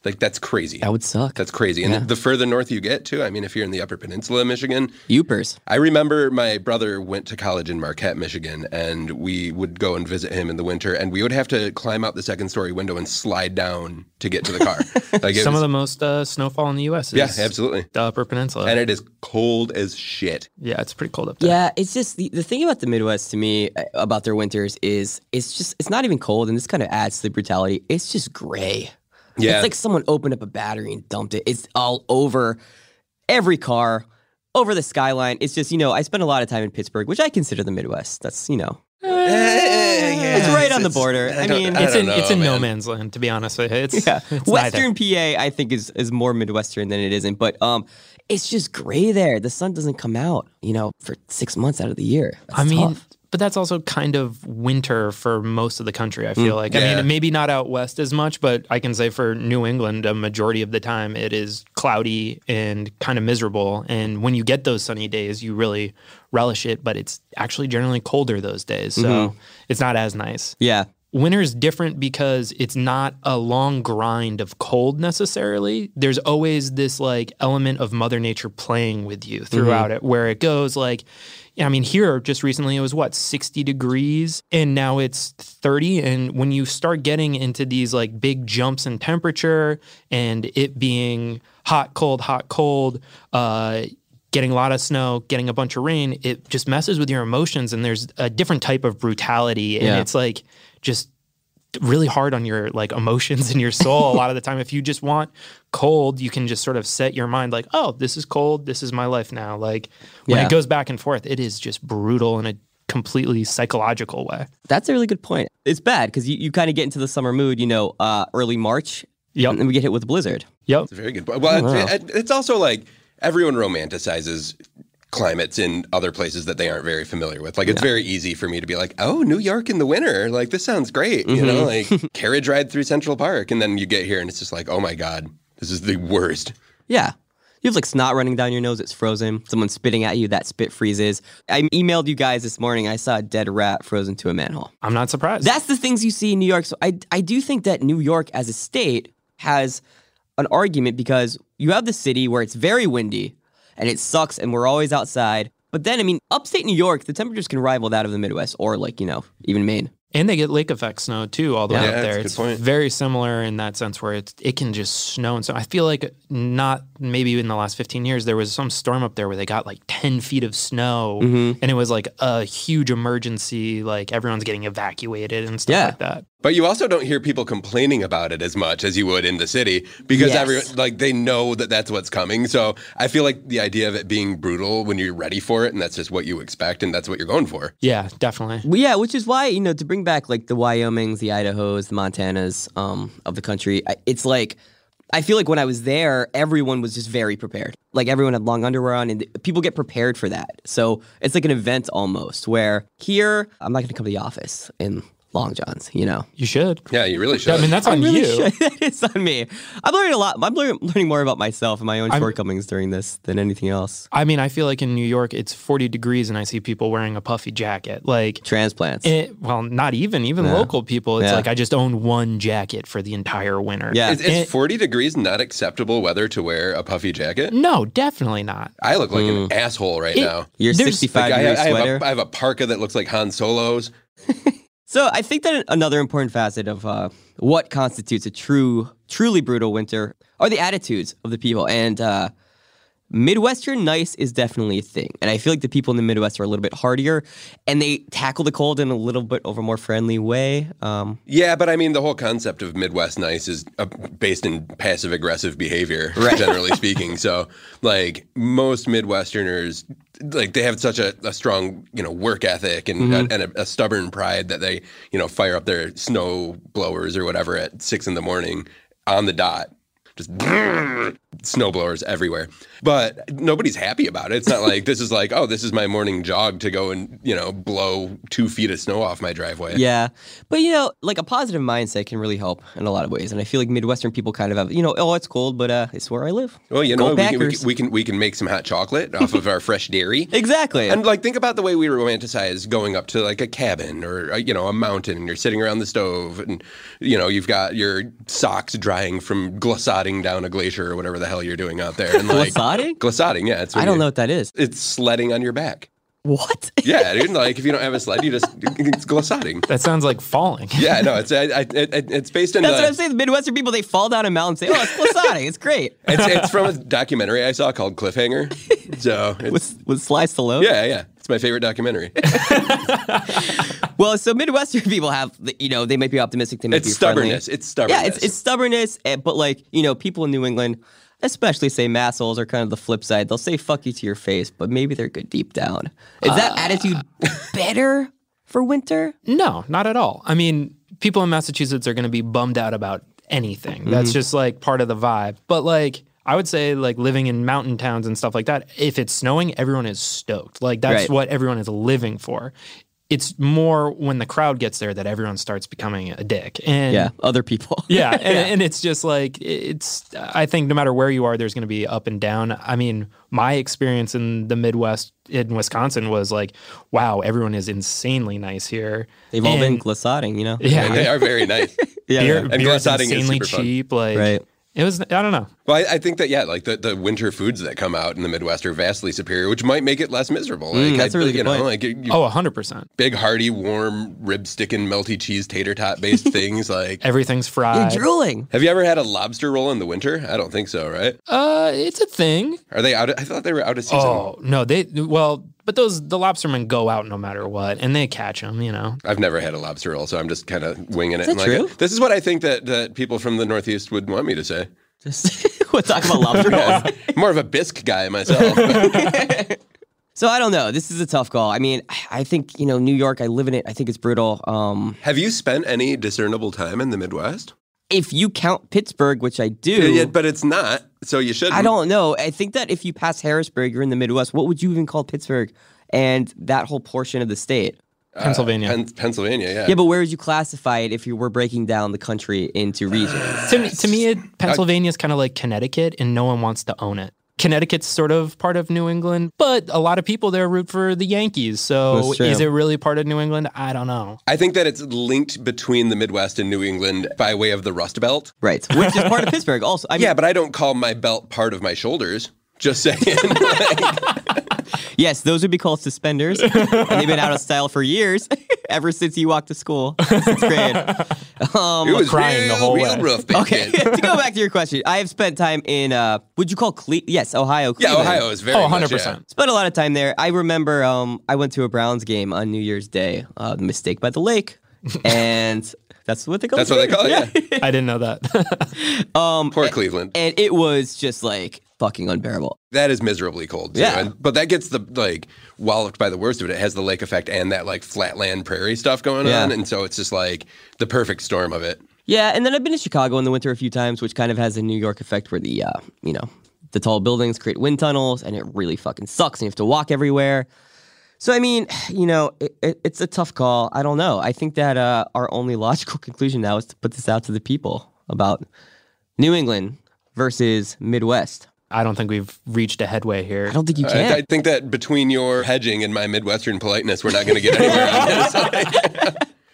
[SPEAKER 4] Like, that's crazy.
[SPEAKER 1] That would suck.
[SPEAKER 4] that's crazy. And the further north you get to, I mean, if you're in the Upper Peninsula of Michigan,
[SPEAKER 1] Upers.
[SPEAKER 4] I remember my brother went to college in Marquette, Michigan, and we would go and visit him in the winter, and we would have to climb out the second story window and slide down to get to the car. Like it
[SPEAKER 5] Some
[SPEAKER 4] was-
[SPEAKER 5] of the most uh, snowfall in the U.S. Is
[SPEAKER 4] yeah, absolutely.
[SPEAKER 5] The Upper Peninsula.
[SPEAKER 4] And it is cold as shit.
[SPEAKER 5] yeah, it's pretty cold up there.
[SPEAKER 1] Yeah, it's just the, the thing about the Midwest to me uh, about their winters is it's just it's not even cold, and this kind of adds to the brutality. It's just gray.
[SPEAKER 4] Yeah.
[SPEAKER 1] It's like someone opened up a battery and dumped it. It's all over every car, over the skyline. It's just, you know, I spent a lot of time in Pittsburgh, which I consider the Midwest. That's, you know, it's right on the border. I,
[SPEAKER 4] don't-
[SPEAKER 1] mean,
[SPEAKER 4] I
[SPEAKER 5] It's
[SPEAKER 4] don't
[SPEAKER 5] in
[SPEAKER 4] know,
[SPEAKER 5] it's in no
[SPEAKER 4] man.
[SPEAKER 5] man's land, to be honest. with you. It's,
[SPEAKER 1] yeah.
[SPEAKER 5] it's neither.
[SPEAKER 1] Western PA, I think, is, is more Midwestern than it isn't. But um, it's just gray there. The sun doesn't come out, you know, for six months out of the year. That's
[SPEAKER 5] I mean,
[SPEAKER 1] tough.
[SPEAKER 5] but that's also kind of winter for most of the country. I feel like. I
[SPEAKER 4] yeah.
[SPEAKER 5] mean, maybe not out west as much, but I can say for New England, a majority of the time it is cloudy and kind of miserable. And when you get those sunny days, you really relish it. But it's actually generally colder those days, so it's not as nice.
[SPEAKER 1] yeah.
[SPEAKER 5] winter's different because it's not a long grind of cold necessarily. There's always this like element of Mother Nature playing with you throughout it, where it goes like, I mean, here just recently it was what, 60 degrees, and now it's 30. And when you start getting into these like big jumps in temperature and it being hot, cold, hot, cold, uh, getting a lot of snow, getting a bunch of rain, it just messes with your emotions. And there's a different type of brutality. And
[SPEAKER 1] Yeah.
[SPEAKER 5] it's like just really hard on your like emotions and your soul a lot of the time. If you just want cold, you can just sort of set your mind like, oh, this is cold. This is my life now. Like when
[SPEAKER 1] Yeah.
[SPEAKER 5] it goes back and forth, it is just brutal in a completely psychological way.
[SPEAKER 1] That's a really good point. It's bad because you, you kind of get into the summer mood, you know, uh, early March.
[SPEAKER 5] Yep.
[SPEAKER 1] And then we get hit with a blizzard.
[SPEAKER 5] Yep.
[SPEAKER 4] It's a very good. Well,
[SPEAKER 1] Oh, wow.
[SPEAKER 4] it's, it- it's also like everyone romanticizes climates in other places that they aren't very familiar with. Like it's very easy for me to be like, "Oh, New York in the winter. Like this sounds great." You know,
[SPEAKER 1] Mm-hmm.
[SPEAKER 4] like carriage ride through Central Park and then you get here and it's just like, "Oh my god, this is the worst."
[SPEAKER 1] Yeah. You have like snot running down your nose, it's frozen. Someone spitting at you, that spit freezes. I emailed you guys this morning, I saw a dead rat frozen to a manhole.
[SPEAKER 5] I'm not surprised.
[SPEAKER 1] That's the things you see in New York. So I, I do think that New York as a state has an argument because you have the city where it's very windy and it sucks and we're always outside. But then, I mean, upstate New York, the temperatures can rival that of the Midwest or like, you know, even Maine.
[SPEAKER 5] and they get lake effect snow too, all the way
[SPEAKER 4] Yeah,
[SPEAKER 5] up
[SPEAKER 4] that's a
[SPEAKER 5] there.
[SPEAKER 4] good
[SPEAKER 5] It's
[SPEAKER 4] point.
[SPEAKER 5] very similar in that sense where it it can just snow and so I feel like not maybe in the last 15 years there was some storm up there where they got like 10 feet of snow
[SPEAKER 4] Mm-hmm.
[SPEAKER 5] and it was like a huge emergency, like everyone's getting evacuated and stuff
[SPEAKER 1] Yeah.
[SPEAKER 5] like that.
[SPEAKER 4] But you also don't hear people complaining about it as much as you would in the city because
[SPEAKER 1] Yes.
[SPEAKER 4] everyone, like, they know that that's what's coming. So I feel like the idea of it being brutal when you're ready for it and that's just what you expect and that's what you're going for.
[SPEAKER 5] Yeah, definitely.
[SPEAKER 1] Well, yeah, which is why you know to bring back like the Wyomings, the Idahos, the Montanas um, of the country. I, it's like I feel like when I was there, everyone was just very prepared. Like everyone had long underwear on, and th- people get prepared for that. So it's like an event almost. Where here, I'm not going to come to the office in long johns. You know,
[SPEAKER 5] You should.
[SPEAKER 4] Yeah, you really should.
[SPEAKER 5] I mean, that's on
[SPEAKER 1] Really
[SPEAKER 5] you.
[SPEAKER 1] sure- it's on me. I'm learning a lot. I'm lear- learning more about myself and my own shortcomings during this than anything else.
[SPEAKER 5] I mean, I feel like in New York it's 40 degrees and I see people wearing a puffy jacket. Like
[SPEAKER 1] Transplants.
[SPEAKER 5] it, well, not even even local people. It's
[SPEAKER 1] Yeah.
[SPEAKER 5] like I just own one jacket for the entire winter.
[SPEAKER 1] Yeah.
[SPEAKER 4] is, is 40 degrees not acceptable weather to wear a puffy jacket?
[SPEAKER 5] No, definitely not.
[SPEAKER 4] I look like an asshole right now.
[SPEAKER 1] Your
[SPEAKER 5] there's-
[SPEAKER 1] 65
[SPEAKER 4] I,
[SPEAKER 1] Mm. degree
[SPEAKER 4] I
[SPEAKER 1] sweater.
[SPEAKER 4] have a, I have a parka that looks like Han Solo's.
[SPEAKER 1] So I think that another important facet of uh, what constitutes a true, truly brutal winter are the attitudes of the people. And uh, Midwestern nice is definitely a thing. And I feel like the people in the Midwest are a little bit hardier and they tackle the cold in a little bit of a more friendly way. Um,
[SPEAKER 4] Yeah, but I mean, the whole concept of Midwest nice is uh, based in passive aggressive behavior, generally speaking. So, like most Midwesterners, like they have such a, a strong, you know, work ethic and and a, a stubborn pride that they, you know, fire up their snow blowers or whatever at six in the morning on the dot. Just snow blowers everywhere, but nobody's happy about it. It's not like this is like, oh, this is my morning jog to go and you know blow two feet of snow off my driveway.
[SPEAKER 1] yeah. But, you know, like a positive mindset can really help in a lot of ways. And I feel like Midwestern people kind of have, you know, oh, it's cold, but uh, it's where I live.
[SPEAKER 4] Well, you
[SPEAKER 1] Go
[SPEAKER 4] know, we can, we,
[SPEAKER 1] Packers.
[SPEAKER 4] can, we can we can make some hot chocolate off of our fresh dairy.
[SPEAKER 1] Exactly.
[SPEAKER 4] And like, think about the way we romanticize going up to like a cabin or uh, you know a mountain, and you're sitting around the stove, and you know you've got your socks drying from glissading down a glacier or whatever the hell you're doing out there. And like
[SPEAKER 1] Glissading?
[SPEAKER 4] glissading, yeah. It's
[SPEAKER 1] I
[SPEAKER 4] when
[SPEAKER 1] don't
[SPEAKER 4] you-
[SPEAKER 1] know what that is.
[SPEAKER 4] It's sledding on your back.
[SPEAKER 1] What?
[SPEAKER 4] Yeah, dude. Like if you don't have a sled, you just it's glissading.
[SPEAKER 5] That sounds like falling.
[SPEAKER 4] Yeah, no, it's I, I, it, it's based in
[SPEAKER 1] That's
[SPEAKER 4] the,
[SPEAKER 1] what I'm saying. The Midwestern people, they fall down a mountain and say, oh, it's Glissading. it's great.
[SPEAKER 4] It's, it's from a documentary I saw called Cliffhanger. So it's,
[SPEAKER 1] with with Sly Stallone.
[SPEAKER 4] yeah, yeah, it's my favorite documentary.
[SPEAKER 1] Well, so Midwestern people have, you know, they might be optimistic. They might
[SPEAKER 4] It's
[SPEAKER 1] be friendly.
[SPEAKER 4] stubbornness. It's stubbornness.
[SPEAKER 1] Yeah, it's, it's stubbornness. eh, But like, you know, people in New England, especially say massholes, are kind of the flip side. They'll say "fuck you" to your face, but maybe they're good deep down. Is that
[SPEAKER 4] Uh,
[SPEAKER 1] attitude better for winter?
[SPEAKER 5] No, not at all. I mean, people in Massachusetts are going to be bummed out about anything. That's just like part of the vibe. But like, I would say like living in mountain towns and stuff like that, if it's snowing, everyone is stoked. Like that's
[SPEAKER 1] Right.
[SPEAKER 5] what everyone is living for. It's more when the crowd gets there that everyone starts becoming a dick. And
[SPEAKER 1] Yeah, other people.
[SPEAKER 5] yeah, and, and it's just like it's. I think no matter where you are, there's going to be up and down. I mean, my experience in the Midwest in Wisconsin was like, wow, everyone is insanely nice here.
[SPEAKER 1] They've all been
[SPEAKER 5] And-
[SPEAKER 1] glissading, you know.
[SPEAKER 4] And
[SPEAKER 5] yeah,
[SPEAKER 4] they are very nice.
[SPEAKER 1] Yeah,
[SPEAKER 5] beer,
[SPEAKER 1] yeah.
[SPEAKER 5] beer is
[SPEAKER 4] glissading is
[SPEAKER 5] insanely
[SPEAKER 4] super fun.
[SPEAKER 5] cheap. Like
[SPEAKER 1] Right.
[SPEAKER 5] it was. I don't know.
[SPEAKER 4] Well, I, I think that yeah, like the, the winter foods that come out in the Midwest are vastly superior, which might make it less miserable. Like,
[SPEAKER 1] Mm, that's a
[SPEAKER 4] I,
[SPEAKER 1] really
[SPEAKER 4] you
[SPEAKER 1] good
[SPEAKER 4] know,
[SPEAKER 1] point.
[SPEAKER 4] like you, you-
[SPEAKER 5] Oh, hundred percent.
[SPEAKER 4] big hearty, warm rib sticking, melty cheese tater tot based things. Like,
[SPEAKER 5] Everything's
[SPEAKER 1] You're
[SPEAKER 5] fried.
[SPEAKER 1] drooling.
[SPEAKER 4] have you ever had a lobster roll in the winter? I don't think so, right?
[SPEAKER 5] uh, it's a thing.
[SPEAKER 4] Are they out? Of, I thought they were out of season.
[SPEAKER 5] Oh no, they well, but those the lobstermen go out no matter what, and they catch them. You know.
[SPEAKER 4] I've never had a lobster roll, so I'm just kind of winging it.
[SPEAKER 1] that
[SPEAKER 4] and like,
[SPEAKER 1] true?
[SPEAKER 4] This is what I think that, that people from the Northeast would want me to say.
[SPEAKER 1] Just we're talking about lobster rolls.
[SPEAKER 4] Yeah. More of a bisque guy myself.
[SPEAKER 1] So I don't know. This is a tough call. I mean, I think you know New York. I live in it. I think it's brutal. Um,
[SPEAKER 4] have you spent any discernible time in the Midwest?
[SPEAKER 1] if you count Pittsburgh, which I do,
[SPEAKER 4] Yeah, yeah, but it's not. So you shouldn't.
[SPEAKER 1] I don't know. I think that if you pass Harrisburg, you're in the Midwest. What would you even call Pittsburgh and that whole portion of the state?
[SPEAKER 4] Uh,
[SPEAKER 5] Pennsylvania.
[SPEAKER 4] Pen- Pennsylvania, yeah.
[SPEAKER 1] Yeah, but where would you classify it if you were breaking down the country into regions?
[SPEAKER 5] to me, to me it, Pennsylvania's kind of like Connecticut, and no one wants to own it. Connecticut's sort of part of New England, but a lot of people there root for the Yankees. So
[SPEAKER 1] That's true.
[SPEAKER 5] is it really part of New England? I don't know.
[SPEAKER 4] I think that it's linked between the Midwest and New England by way of the Rust Belt.
[SPEAKER 1] right, which is part of Pittsburgh. Also, I mean,
[SPEAKER 4] Yeah, but I don't call my belt part of my shoulders. Just saying. Like,
[SPEAKER 1] yes, those would be called suspenders. and they've been out of style for years, ever since you walked to school. Sixth grade. Um,
[SPEAKER 4] it was
[SPEAKER 5] crying
[SPEAKER 4] real,
[SPEAKER 5] the whole
[SPEAKER 4] real
[SPEAKER 5] way.
[SPEAKER 4] rough back
[SPEAKER 1] Okay,
[SPEAKER 4] then.
[SPEAKER 1] to go back to your question, I have spent time in, uh, would you call Cle- Yes, Ohio.
[SPEAKER 4] Yeah,
[SPEAKER 1] Cleveland.
[SPEAKER 4] Ohio is very
[SPEAKER 5] Oh,
[SPEAKER 4] much,
[SPEAKER 5] 100%.
[SPEAKER 4] yeah.
[SPEAKER 1] Spent a lot of time there. I remember um, I went to a Browns game on New Year's Day, uh, the mistake by the lake, and that's what they call.
[SPEAKER 4] That's
[SPEAKER 1] it. Um,
[SPEAKER 4] what they call it. Yeah.
[SPEAKER 5] I didn't know that.
[SPEAKER 4] Poor Cleveland.
[SPEAKER 1] And it was just like fucking unbearable.
[SPEAKER 4] That is miserably cold. Too.
[SPEAKER 1] Yeah.
[SPEAKER 4] And- but that gets the like walloped by the worst of it. It has the lake effect and that like flatland prairie stuff going
[SPEAKER 1] Yeah.
[SPEAKER 4] on, and so it's just like the perfect storm of it.
[SPEAKER 1] Yeah, and then I've been to Chicago in the winter a few times, which kind of has a New York effect where the uh, you know the tall buildings create wind tunnels, and it really fucking sucks, and you have to walk everywhere. So I mean, you know, it, it, it's a tough call. I don't know. I think that uh, our only logical conclusion now is to put this out to the people about New England versus Midwest.
[SPEAKER 5] I don't think we've reached a headway here.
[SPEAKER 1] I don't think you
[SPEAKER 4] I,
[SPEAKER 1] can.
[SPEAKER 4] I think Uh, that between your hedging and my Midwestern politeness, we're not going to get anywhere on this.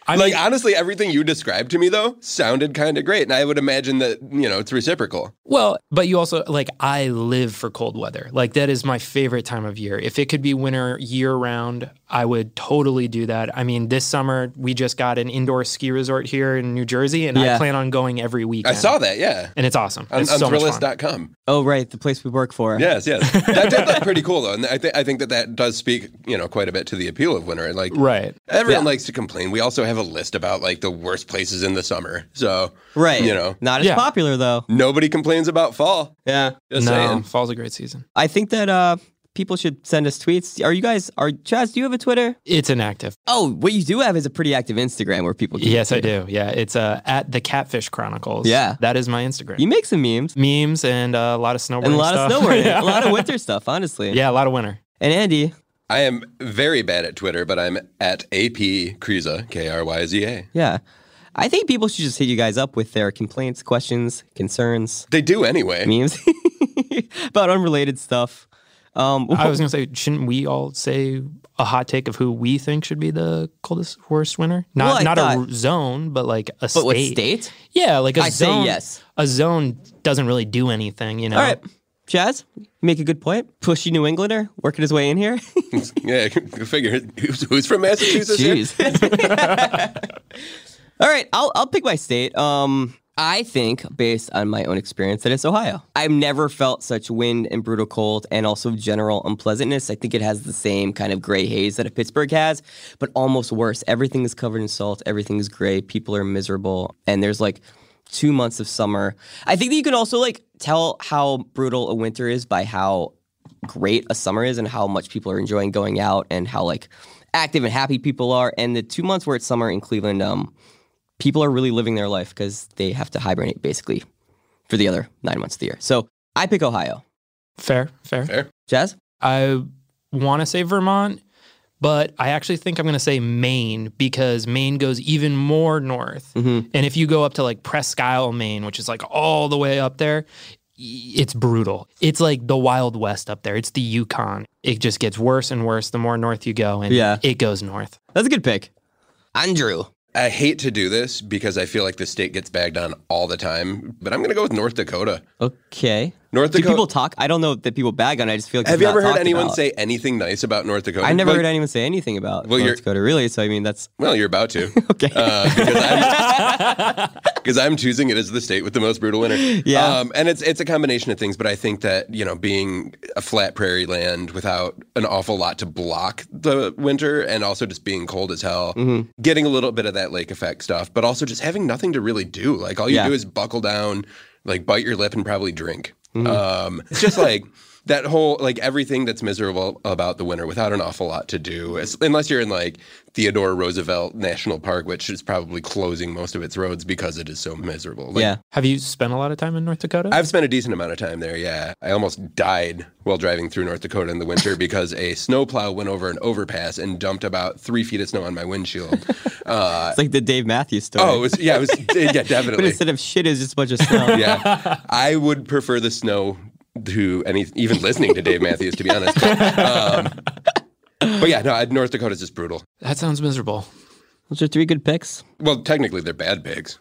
[SPEAKER 5] I mean,
[SPEAKER 4] Like, honestly, everything you described to me, though, sounded kind of great. And I would imagine that, you know, it's reciprocal.
[SPEAKER 5] Well, but you also like I live for cold weather. Like that is my favorite time of year. If it could be winter year round, I would totally do that. I mean, this summer we just got an indoor ski resort here in New Jersey and
[SPEAKER 1] Yeah.
[SPEAKER 5] I plan on going every weekend.
[SPEAKER 4] I saw that, yeah.
[SPEAKER 5] and it's awesome.
[SPEAKER 4] On,
[SPEAKER 5] it's
[SPEAKER 4] on
[SPEAKER 5] so much fun.
[SPEAKER 4] thrillist.com.
[SPEAKER 1] oh right, the place we work for.
[SPEAKER 4] Yes, yes. That did look pretty cool, though. And I, th- I think that that does speak, you know, quite a bit to the appeal of winter. Like,
[SPEAKER 5] Right.
[SPEAKER 4] everyone
[SPEAKER 1] Yeah.
[SPEAKER 4] likes to complain. We also have a list about, like, the worst places in the summer. So,
[SPEAKER 1] Right.
[SPEAKER 4] you know,
[SPEAKER 1] not as
[SPEAKER 5] Yeah.
[SPEAKER 1] popular though.
[SPEAKER 4] nobody complains about fall.
[SPEAKER 1] Yeah.
[SPEAKER 4] Just
[SPEAKER 5] no,
[SPEAKER 4] saying.
[SPEAKER 5] fall's a great season.
[SPEAKER 1] I think that uh, people should send us tweets. Are you guys? Are Chaz? Do you have a Twitter?
[SPEAKER 5] It's inactive.
[SPEAKER 1] Oh, what you do have is a pretty active Instagram where people. Can
[SPEAKER 5] Yes, I do. Yeah, it's uh, at the Catfish Chronicles.
[SPEAKER 1] Yeah.
[SPEAKER 5] that is my Instagram.
[SPEAKER 1] You make some memes
[SPEAKER 5] Memes and uh, a lot of snowboarding
[SPEAKER 1] and a lot
[SPEAKER 5] stuff.
[SPEAKER 1] of snowboarding,
[SPEAKER 5] yeah.
[SPEAKER 1] a lot of winter stuff, honestly.
[SPEAKER 5] yeah, a lot of winter.
[SPEAKER 1] And Andy,
[SPEAKER 4] I am very bad at Twitter, but I'm at AP Kryza, K R Y Z A.
[SPEAKER 1] yeah, I think people should just hit you guys up with their complaints, questions, concerns,
[SPEAKER 4] They do anyway.
[SPEAKER 1] memes about unrelated stuff. Um,
[SPEAKER 5] I was gonna say, shouldn't we all say a hot take of who we think should be the coldest, worst winner?
[SPEAKER 1] Well,
[SPEAKER 5] Not
[SPEAKER 1] I
[SPEAKER 5] not
[SPEAKER 1] thought-
[SPEAKER 5] a zone, but like a
[SPEAKER 1] but
[SPEAKER 5] state.
[SPEAKER 1] what state?
[SPEAKER 5] Yeah, like a
[SPEAKER 1] I say
[SPEAKER 5] zone.
[SPEAKER 1] yes.
[SPEAKER 5] A zone doesn't really do anything, you know.
[SPEAKER 1] All right, Chaz, you make a good point. Pushy New Englander working his way in here.
[SPEAKER 4] Yeah, figure who's, who's from Massachusetts. here?
[SPEAKER 1] Jeez. All right, I'll I'll pick my state. Um, I think based on my own experience that it's Ohio. I've never felt such wind and brutal cold, and also general unpleasantness. I think it has the same kind of gray haze that a Pittsburgh has, but almost worse. Everything is covered in salt. Everything is gray. People are miserable, and there's like two months of summer. I think that you can also like tell how brutal a winter is by how great a summer is and how much people are enjoying going out and how like active and happy people are. And the two months where it's summer in Cleveland, um, people are really living their life because they have to hibernate basically for the other nine months of the year. So I pick Ohio.
[SPEAKER 5] Fair, fair.
[SPEAKER 4] Fair.
[SPEAKER 1] Jazz?
[SPEAKER 5] I want to say Vermont, but I actually think I'm going to say Maine because Maine goes even more north.
[SPEAKER 1] Mm-hmm.
[SPEAKER 5] And if you go up to like Presque Isle, Maine, which is like all the way up there, y- it's brutal. It's like the Wild West up there. It's the Yukon. It just gets worse and worse the more north you go, and
[SPEAKER 1] Yeah.
[SPEAKER 5] it goes north.
[SPEAKER 1] That's a good pick. Andrew.
[SPEAKER 4] I hate to do this because I feel like the state gets bagged on all the time, but I'm going to go with North Dakota.
[SPEAKER 1] Okay.
[SPEAKER 4] North
[SPEAKER 1] Do
[SPEAKER 4] Dakota.
[SPEAKER 1] people talk? I don't know that people bag on it. I just feel like
[SPEAKER 4] have
[SPEAKER 1] it's
[SPEAKER 4] you
[SPEAKER 1] not
[SPEAKER 4] ever heard
[SPEAKER 1] talked
[SPEAKER 4] anyone
[SPEAKER 1] about.
[SPEAKER 4] say anything nice about North Dakota?
[SPEAKER 1] I never
[SPEAKER 4] Like,
[SPEAKER 1] heard anyone say anything about
[SPEAKER 4] Well,
[SPEAKER 1] North
[SPEAKER 4] you're-
[SPEAKER 1] Dakota, really. So I mean, that's
[SPEAKER 4] Well, you're about to.
[SPEAKER 1] okay.
[SPEAKER 4] Uh, because I'm, because I'm choosing it as the state with the most brutal winter.
[SPEAKER 1] Yeah.
[SPEAKER 4] um, and it's it's a combination of things, but I think that you know being a flat prairie land without an awful lot to block the winter, and also just being cold as hell,
[SPEAKER 1] Mm-hmm.
[SPEAKER 4] getting a little bit of that lake effect stuff, but also just having nothing to really do. Like all you
[SPEAKER 1] Yeah.
[SPEAKER 4] do is buckle down, like bite your lip and probably drink. Um, it's just like. that whole like everything that's miserable about the winter without an awful lot to do, as- unless you're in like Theodore Roosevelt National Park, which is probably closing most of its roads because it is so miserable. Like,
[SPEAKER 1] yeah.
[SPEAKER 5] Have you spent a lot of time in North Dakota?
[SPEAKER 4] I've spent a decent amount of time there, yeah. I almost died while driving through North Dakota in the winter because a snowplow went over an overpass and dumped about three feet of snow on my windshield. Uh,
[SPEAKER 1] It's like the Dave Matthews story.
[SPEAKER 4] oh, it was, yeah, it was, yeah,
[SPEAKER 1] but
[SPEAKER 4] definitely.
[SPEAKER 1] instead of shit, it's just a bunch of snow.
[SPEAKER 4] Yeah. I would prefer the snow to any, even listening to Dave Matthews, to be honest. But, um, but yeah, no, I- North Dakota's just brutal.
[SPEAKER 5] that sounds miserable.
[SPEAKER 1] Those are three good picks.
[SPEAKER 4] Well, technically, they're bad pigs.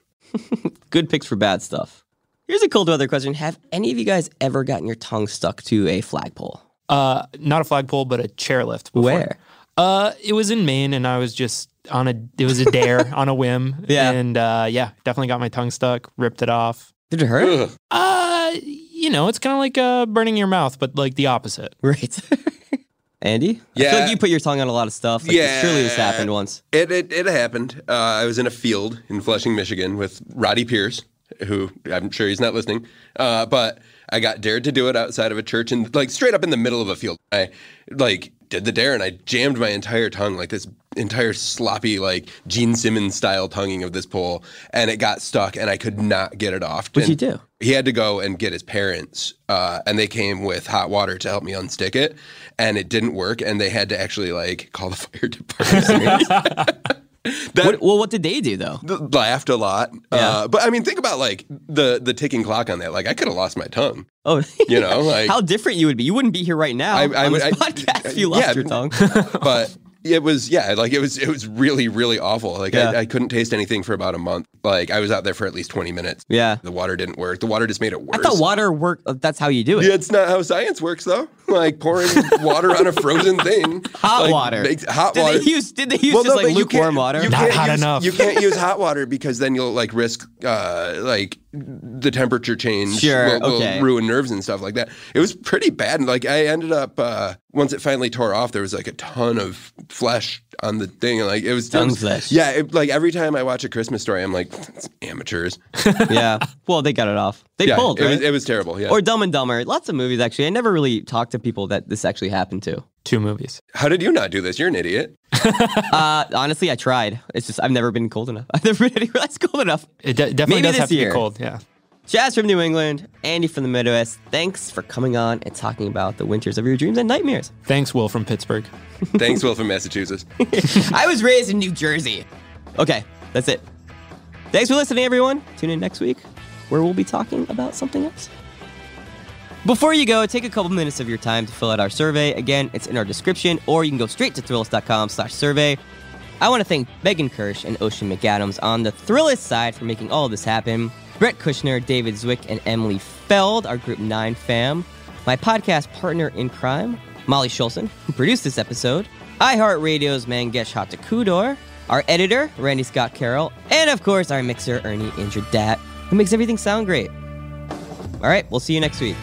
[SPEAKER 1] Good picks for bad stuff. Here's a cold weather question. Have any of you guys ever gotten your tongue stuck to a flagpole?
[SPEAKER 5] Uh, not a flagpole, but a chairlift. before.
[SPEAKER 1] Where?
[SPEAKER 5] Uh, it was in Maine, and I was just on a. It was a dare on a whim.
[SPEAKER 1] Yeah.
[SPEAKER 5] and uh, yeah, definitely got my tongue stuck, ripped it off.
[SPEAKER 1] Did it hurt?
[SPEAKER 4] Ugh.
[SPEAKER 5] Uh, you know, it's kind of like uh, burning your mouth, but like the opposite.
[SPEAKER 1] right. Andy? I feel
[SPEAKER 4] Yeah.
[SPEAKER 1] like you put your tongue on a lot of stuff. Like,
[SPEAKER 4] Yeah.
[SPEAKER 1] Surely this happened once.
[SPEAKER 4] It, it, it happened. Uh, I was in a field in Flushing, Michigan with Roddy Pierce, who I'm sure he's not listening. Uh, but I got dared to do it outside of a church and like straight up in the middle of a field. I like did the dare and I jammed my entire tongue, like this entire sloppy, like Gene Simmons style tonguing of this pole. And it got stuck and I could not get it off.
[SPEAKER 1] What'd you
[SPEAKER 4] And-
[SPEAKER 1] do?
[SPEAKER 4] he had to go and get his parents, uh, and they came with hot water to help me unstick it, and it didn't work, and they had to actually like call the fire department. that
[SPEAKER 1] What, well, what did they do, though?
[SPEAKER 4] th- laughed a lot,
[SPEAKER 1] Yeah.
[SPEAKER 4] uh, but I mean, think about like the the ticking clock on that. Like I could have lost my tongue.
[SPEAKER 1] Oh,
[SPEAKER 4] You know, like-
[SPEAKER 1] how different you would be. You wouldn't be here right now
[SPEAKER 4] I- I
[SPEAKER 1] on
[SPEAKER 4] would-
[SPEAKER 1] this
[SPEAKER 4] I- uh,
[SPEAKER 1] podcast if you lost
[SPEAKER 4] yeah.
[SPEAKER 1] your tongue.
[SPEAKER 4] but it was yeah like it was it was really really awful like
[SPEAKER 1] Yeah.
[SPEAKER 4] I, I couldn't taste anything for about a month like i was out there for at least 20 minutes
[SPEAKER 1] Yeah.
[SPEAKER 4] the water didn't work the water just made it worse
[SPEAKER 1] I thought water work. uh, That's how you do it.
[SPEAKER 4] Yeah, it's not how science works, though. Like pouring water on a frozen thing.
[SPEAKER 1] Hot
[SPEAKER 4] like,
[SPEAKER 1] water.
[SPEAKER 4] makes- hot
[SPEAKER 1] did
[SPEAKER 4] water.
[SPEAKER 1] they use? Did they use
[SPEAKER 4] Well,
[SPEAKER 1] just
[SPEAKER 4] no, but
[SPEAKER 1] like
[SPEAKER 4] you can't-
[SPEAKER 1] lukewarm water?
[SPEAKER 4] you
[SPEAKER 5] Not
[SPEAKER 4] can't
[SPEAKER 5] hot
[SPEAKER 4] use-
[SPEAKER 5] enough.
[SPEAKER 4] You can't use hot water because then you'll like risk uh, like the temperature change
[SPEAKER 1] Sure,
[SPEAKER 4] will, will
[SPEAKER 1] okay.
[SPEAKER 4] ruin nerves and stuff like that. It was pretty bad. And like I ended up uh, once it finally tore off, there was like a ton of flesh on the thing. and, Like it was
[SPEAKER 1] Tongue
[SPEAKER 4] it was-
[SPEAKER 1] flesh.
[SPEAKER 4] Yeah, it, like every time I watch a Christmas story, I'm like, it's amateurs.
[SPEAKER 1] yeah. Well, they got it off. They
[SPEAKER 4] Yeah,
[SPEAKER 1] pulled,
[SPEAKER 4] it,
[SPEAKER 1] right?
[SPEAKER 4] was, it was terrible. Yeah.
[SPEAKER 1] or Dumb and Dumber. Lots of movies, actually. I never really talked to people that this actually happened to.
[SPEAKER 5] Two movies.
[SPEAKER 4] How did you not do this? You're an idiot.
[SPEAKER 1] Uh, honestly, I tried. It's just I've never been cold enough. I've never been anywhere that's cold enough.
[SPEAKER 5] It de-
[SPEAKER 1] Maybe
[SPEAKER 5] definitely does
[SPEAKER 1] this
[SPEAKER 5] have to
[SPEAKER 1] year.
[SPEAKER 5] be cold. Yeah.
[SPEAKER 1] Jazz from New England, Andy from the Midwest. Thanks for coming on and talking about the winters of your dreams and nightmares.
[SPEAKER 5] Thanks, Will from Pittsburgh.
[SPEAKER 4] Thanks, Will from Massachusetts.
[SPEAKER 1] I was raised in New Jersey. Okay, that's it. Thanks for listening, everyone. Tune in next week where we'll be talking about something else. Before you go, take a couple minutes of your time to fill out our survey. Again, it's in our description, or you can go straight to thrillist.com slash survey. I want to thank Megan Kirsch and Ocean McAdams on the Thrillist side for making all of this happen. Brett Kushner, David Zwick, and Emily Feld, our Group 9 fam. My podcast partner in crime, Molly Schulson, who produced this episode. iHeartRadio's Mangesh Hatakudor. Our editor, Randy Scott Carroll. And of course, our mixer, Ernie Indradat, who makes everything sound great. All right, we'll see you next week.